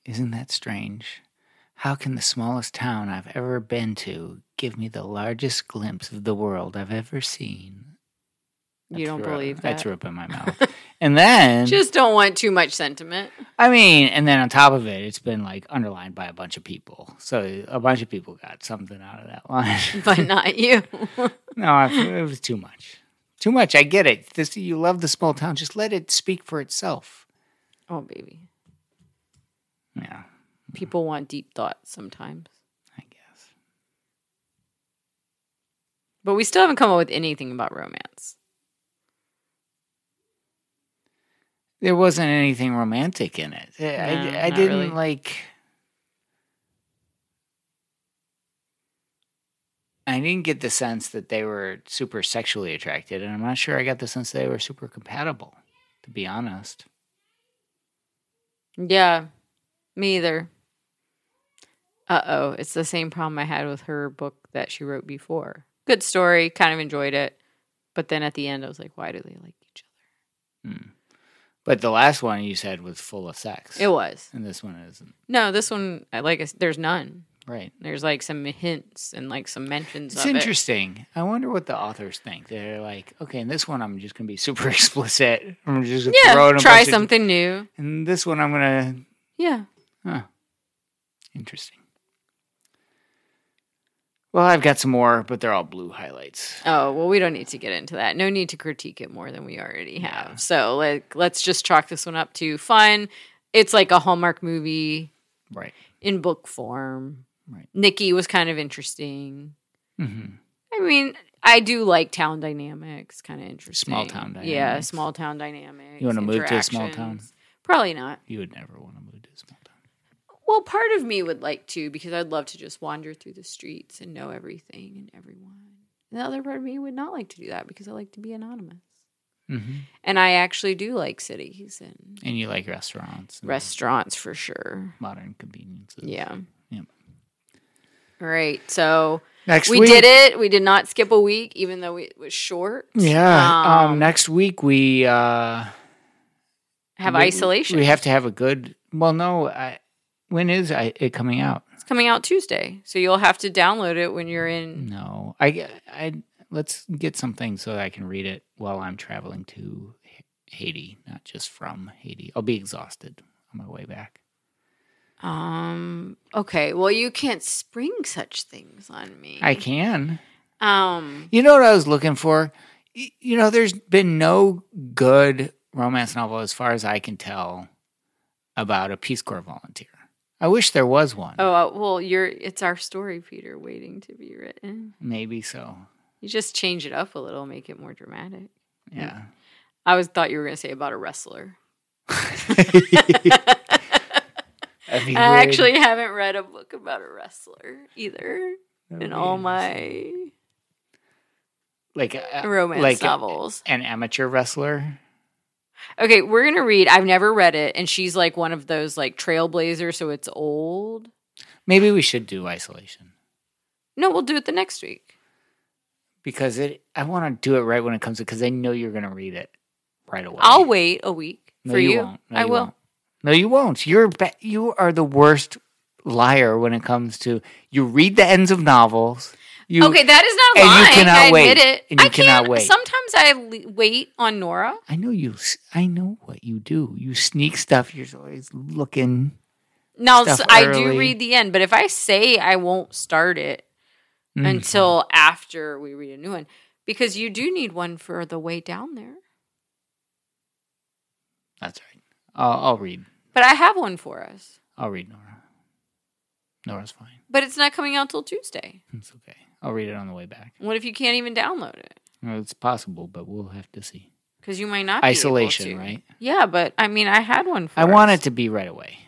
[SPEAKER 1] Isn't that strange? How can the smallest town I've ever been to give me the largest glimpse of the world I've ever seen? I
[SPEAKER 2] You don't
[SPEAKER 1] threw up-
[SPEAKER 2] believe
[SPEAKER 1] I
[SPEAKER 2] that.
[SPEAKER 1] threw up in my mouth. And then,
[SPEAKER 2] Just don't want too much sentiment.
[SPEAKER 1] I mean, and then on top of it, it's been like underlined by a bunch of people. So a bunch of people got something out of that line.
[SPEAKER 2] but not you.
[SPEAKER 1] no, I, it was too much. Too much. I get it. This, you love the small town. Just let it speak for itself.
[SPEAKER 2] oh, baby.
[SPEAKER 1] Yeah,
[SPEAKER 2] People want deep thought sometimes.
[SPEAKER 1] I guess.
[SPEAKER 2] But we still haven't come up with anything about romance.
[SPEAKER 1] There wasn't anything romantic in it. I-
[SPEAKER 2] No,
[SPEAKER 1] I, I
[SPEAKER 2] not
[SPEAKER 1] didn't
[SPEAKER 2] really.
[SPEAKER 1] like. I didn't get the sense that they were super sexually attracted, and I'm not sure I got the sense they were super compatible, to be honest.
[SPEAKER 2] Yeah, me either. Uh oh, it's the same problem I had with her book that she wrote before. Good story, kind of enjoyed it. But then at the end, I was like, why do they like each
[SPEAKER 1] But the last one you said was full of sex.
[SPEAKER 2] other? It was.
[SPEAKER 1] and this one isn't.
[SPEAKER 2] No, this one, I like, it's- there's none.
[SPEAKER 1] Right.
[SPEAKER 2] There's like some hints and like some mentions
[SPEAKER 1] It's
[SPEAKER 2] of it.
[SPEAKER 1] interesting. I wonder what the authors think. They're like, okay, in this one I'm just gonna be super explicit. I'm just gonna throw in
[SPEAKER 2] Yeah,
[SPEAKER 1] a
[SPEAKER 2] try
[SPEAKER 1] bunch of-
[SPEAKER 2] something new.
[SPEAKER 1] and this one I'm gonna
[SPEAKER 2] Yeah.
[SPEAKER 1] Huh. Interesting. Well, I've got some more, but they're all blue highlights.
[SPEAKER 2] Oh, well, we don't need to get into that. No need to critique it more than we already have. So, like, let's just chalk this one up to fun. It's like a Hallmark movie
[SPEAKER 1] Right.
[SPEAKER 2] in book form.
[SPEAKER 1] Right.
[SPEAKER 2] Nikki was kind of interesting.
[SPEAKER 1] hmm
[SPEAKER 2] I mean, I do like town dynamics, kind of interesting.
[SPEAKER 1] town
[SPEAKER 2] Yeah,
[SPEAKER 1] dynamics.
[SPEAKER 2] small town dynamics.
[SPEAKER 1] You wanna move to a small town?
[SPEAKER 2] interactions. Probably not.
[SPEAKER 1] You would never want to move to a small town.
[SPEAKER 2] Well, part of me would like to because I'd love to just wander through the streets and know everything and everyone. And the other part of me would not like to do that because I like to be anonymous.
[SPEAKER 1] Mm-hmm.
[SPEAKER 2] And I actually do like cities and
[SPEAKER 1] And you like restaurants, and
[SPEAKER 2] restaurants for sure.
[SPEAKER 1] modern conveniences.
[SPEAKER 2] Yeah.
[SPEAKER 1] Yeah.
[SPEAKER 2] All right. So
[SPEAKER 1] Next
[SPEAKER 2] we
[SPEAKER 1] week,
[SPEAKER 2] did it. We did not skip a week, even though it was short.
[SPEAKER 1] Yeah. Um,
[SPEAKER 2] Um,
[SPEAKER 1] next week we uh,
[SPEAKER 2] Have
[SPEAKER 1] we-
[SPEAKER 2] isolation.
[SPEAKER 1] We have to have a good. Well, no. I, when is I, it coming out?
[SPEAKER 2] it's coming out Tuesday. So you'll have to download it when you're in.
[SPEAKER 1] No. I. I. Let's get something so that I can read it while I'm traveling to Ha- Haiti, not just from Haiti. I'll be exhausted on my way back. Mm.
[SPEAKER 2] Um, okay. Well, you can't spring such things on me.
[SPEAKER 1] I can.
[SPEAKER 2] Um,
[SPEAKER 1] You know what I was looking for? Y- You know, there's been no good romance novel, as far as I can tell, about a Peace Corps volunteer. I wish there was one.
[SPEAKER 2] oh, uh, well, you're, it's our story, Peter, waiting to be written.
[SPEAKER 1] Maybe so.
[SPEAKER 2] You just change it up a little, make it more dramatic. Mm.
[SPEAKER 1] Yeah.
[SPEAKER 2] I was thought you were going to say about a wrestler.
[SPEAKER 1] That'd be
[SPEAKER 2] I
[SPEAKER 1] weird.
[SPEAKER 2] actually haven't read a book about a wrestler either
[SPEAKER 1] That'd
[SPEAKER 2] in
[SPEAKER 1] be
[SPEAKER 2] all oh
[SPEAKER 1] interesting.
[SPEAKER 2] my
[SPEAKER 1] like a,
[SPEAKER 2] romance
[SPEAKER 1] like,
[SPEAKER 2] novels.
[SPEAKER 1] an amateur wrestler.
[SPEAKER 2] Okay, we're going to read. I've never read it. And she's like one of those like trailblazers. So it's old.
[SPEAKER 1] Maybe we should do isolation
[SPEAKER 2] No, we'll do it the next week.
[SPEAKER 1] because it. I want to do it right when it comes because I know you're going to read it right away.
[SPEAKER 2] I'll wait a week
[SPEAKER 1] No,
[SPEAKER 2] for
[SPEAKER 1] you
[SPEAKER 2] you.
[SPEAKER 1] won't. No,
[SPEAKER 2] I
[SPEAKER 1] you
[SPEAKER 2] will.
[SPEAKER 1] won't. No, you won't. You're ba- you are the worst liar when it comes to you read the ends of novels. You,
[SPEAKER 2] okay, that is not a
[SPEAKER 1] and
[SPEAKER 2] lie.
[SPEAKER 1] you cannot
[SPEAKER 2] I
[SPEAKER 1] wait.
[SPEAKER 2] admit it.
[SPEAKER 1] And you
[SPEAKER 2] I can't-
[SPEAKER 1] cannot wait.
[SPEAKER 2] Sometimes I le- wait on Nora.
[SPEAKER 1] I know you. s- I know what you do. You sneak stuff. You're always looking.
[SPEAKER 2] Now
[SPEAKER 1] Stuff
[SPEAKER 2] s- I do
[SPEAKER 1] early.
[SPEAKER 2] read the end, but if I say I won't start it
[SPEAKER 1] Mm.
[SPEAKER 2] until after we read a new one, because you do need one for the way down there.
[SPEAKER 1] That's right. I'll, I'll read.
[SPEAKER 2] But I have one for us.
[SPEAKER 1] I'll read Nora. Nora's fine.
[SPEAKER 2] But it's not coming out till Tuesday.
[SPEAKER 1] It's okay. I'll read it on the way back.
[SPEAKER 2] What if you can't even download it?
[SPEAKER 1] No, It's possible, but we'll have to see.
[SPEAKER 2] Because you might not be able
[SPEAKER 1] Isolation,
[SPEAKER 2] to.
[SPEAKER 1] right?
[SPEAKER 2] Yeah, but I mean, I had one for.
[SPEAKER 1] I want
[SPEAKER 2] us.
[SPEAKER 1] it to be right away.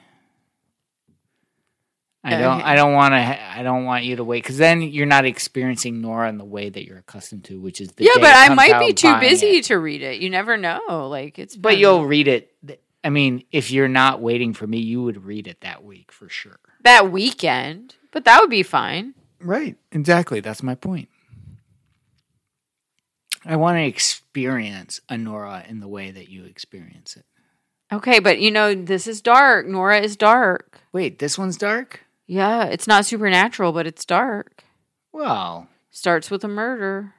[SPEAKER 1] I don't.
[SPEAKER 2] Okay.
[SPEAKER 1] I don't want to. I don't want you to wait because then you're not experiencing Nora in the way that you're accustomed to, which is the
[SPEAKER 2] yeah,
[SPEAKER 1] day
[SPEAKER 2] but
[SPEAKER 1] it
[SPEAKER 2] I
[SPEAKER 1] comes
[SPEAKER 2] might
[SPEAKER 1] out
[SPEAKER 2] be too
[SPEAKER 1] buying
[SPEAKER 2] busy
[SPEAKER 1] it.
[SPEAKER 2] to read it. You never know. Like it's.
[SPEAKER 1] But
[SPEAKER 2] been-
[SPEAKER 1] you'll read it. th- I mean, if you're not waiting for me, you would read it that week for sure.
[SPEAKER 2] that weekend. But that would be fine.
[SPEAKER 1] Right. Exactly. That's my point. I want to experience a Nora in the way that you experience it.
[SPEAKER 2] Okay, but you know this is dark. Nora is dark.
[SPEAKER 1] Wait, this one's dark.
[SPEAKER 2] Yeah, it's not supernatural, but it's dark.
[SPEAKER 1] Well,
[SPEAKER 2] Starts with a murder.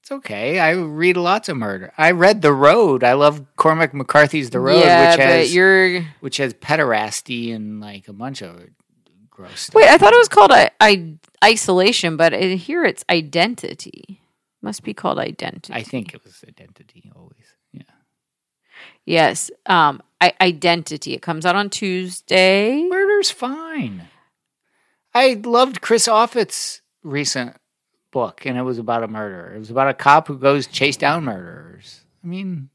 [SPEAKER 1] It's okay. I read lots of murder. I read The Road. I love Cormac McCarthy's The Road,
[SPEAKER 2] yeah,
[SPEAKER 1] which
[SPEAKER 2] but
[SPEAKER 1] has
[SPEAKER 2] you're.
[SPEAKER 1] which has pederasty and like a bunch of gross stuff.
[SPEAKER 2] Wait, I thought it was called I, I, isolation, but in here it's identity. Must be called identity.
[SPEAKER 1] I think it was identity always. Yeah.
[SPEAKER 2] Yes. Um, I, identity. It comes out on Tuesday.
[SPEAKER 1] Murder's fine. I loved Chris Offutt's recent book, and it was about a murderer. It was about a cop who goes chase down murderers. I mean,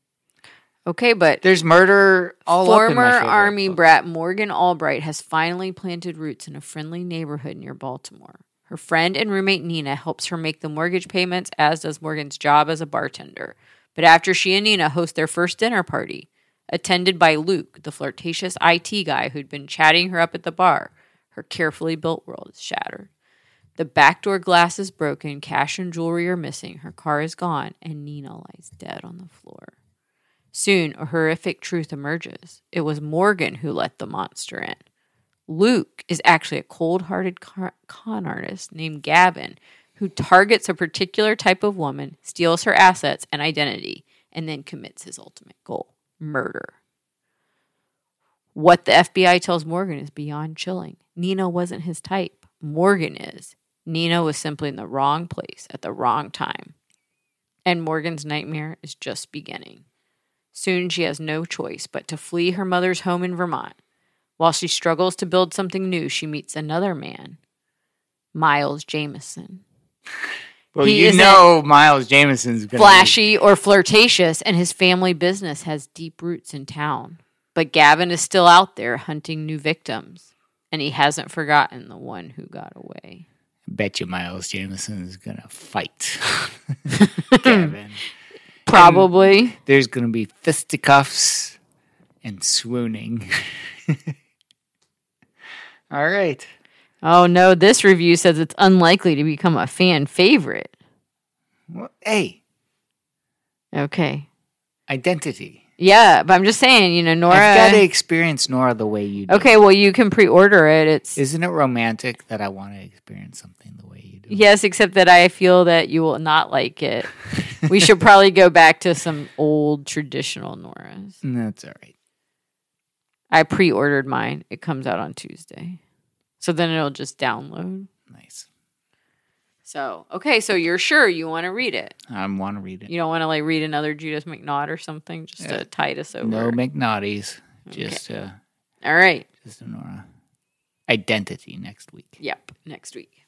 [SPEAKER 2] Okay, but
[SPEAKER 1] there's murder all up
[SPEAKER 2] Former
[SPEAKER 1] in my favorite
[SPEAKER 2] Army
[SPEAKER 1] book.
[SPEAKER 2] brat Morgan Albright has finally planted roots in a friendly neighborhood near Baltimore. Her friend and roommate Nina helps her make the mortgage payments, as does Morgan's job as a bartender. But after she and Nina host their first dinner party, attended by Luke, the flirtatious IT guy who'd been chatting her up at the bar, her carefully built world is shattered. The backdoor glass is broken, cash and jewelry are missing, her car is gone, and Nina lies dead on the floor. Soon, a horrific truth emerges. It was Morgan who let the monster in. Luke is actually a cold hearted con artist named Gavin who targets a particular type of woman, steals her assets and identity, and then commits his ultimate goal murder. What the FBI tells Morgan is beyond chilling. Nina wasn't his type, Morgan is. Nina was simply in the wrong place at the wrong time. And Morgan's nightmare is just beginning. Soon she has no choice but to flee her mother's home in Vermont. While she struggles to build something new, she meets another man, Miles Jameson.
[SPEAKER 1] Well,
[SPEAKER 2] He
[SPEAKER 1] you
[SPEAKER 2] isn't
[SPEAKER 1] know Miles Jameson's gonna be-
[SPEAKER 2] Flashy or flirtatious, and his family business has deep roots in town. But Gavin is still out there hunting new victims, and he hasn't forgotten the one who got away.
[SPEAKER 1] bet you Miles Jameson's gonna fight Gavin.
[SPEAKER 2] Probably.
[SPEAKER 1] There's gonna be fisticuffs and swooning. All right.
[SPEAKER 2] oh no, this review says it's unlikely to become a fan favorite.
[SPEAKER 1] Well, hey,
[SPEAKER 2] Okay.
[SPEAKER 1] identity.
[SPEAKER 2] Yeah, but I'm just saying, you know, Nora.
[SPEAKER 1] I've got to experience Nora the way you do.
[SPEAKER 2] Okay, well, you can pre-order it. It's
[SPEAKER 1] Isn't it romantic that I want to experience something the way you do?
[SPEAKER 2] yes, except that I feel that you will not like it. we should probably go back to some old traditional Noras.
[SPEAKER 1] Mm, That's all right.
[SPEAKER 2] I pre-ordered mine. It comes out on Tuesday, so then it'll just download.
[SPEAKER 1] Nice.
[SPEAKER 2] So okay, so you're sure you want to read it.
[SPEAKER 1] I want to read it.
[SPEAKER 2] You don't want to like read another Judas McNaught or something just
[SPEAKER 1] Yeah.
[SPEAKER 2] to tide us over.
[SPEAKER 1] No McNaughties. Just uh,
[SPEAKER 2] All right.
[SPEAKER 1] just a Nora. Identity next week.
[SPEAKER 2] Yep. Next week.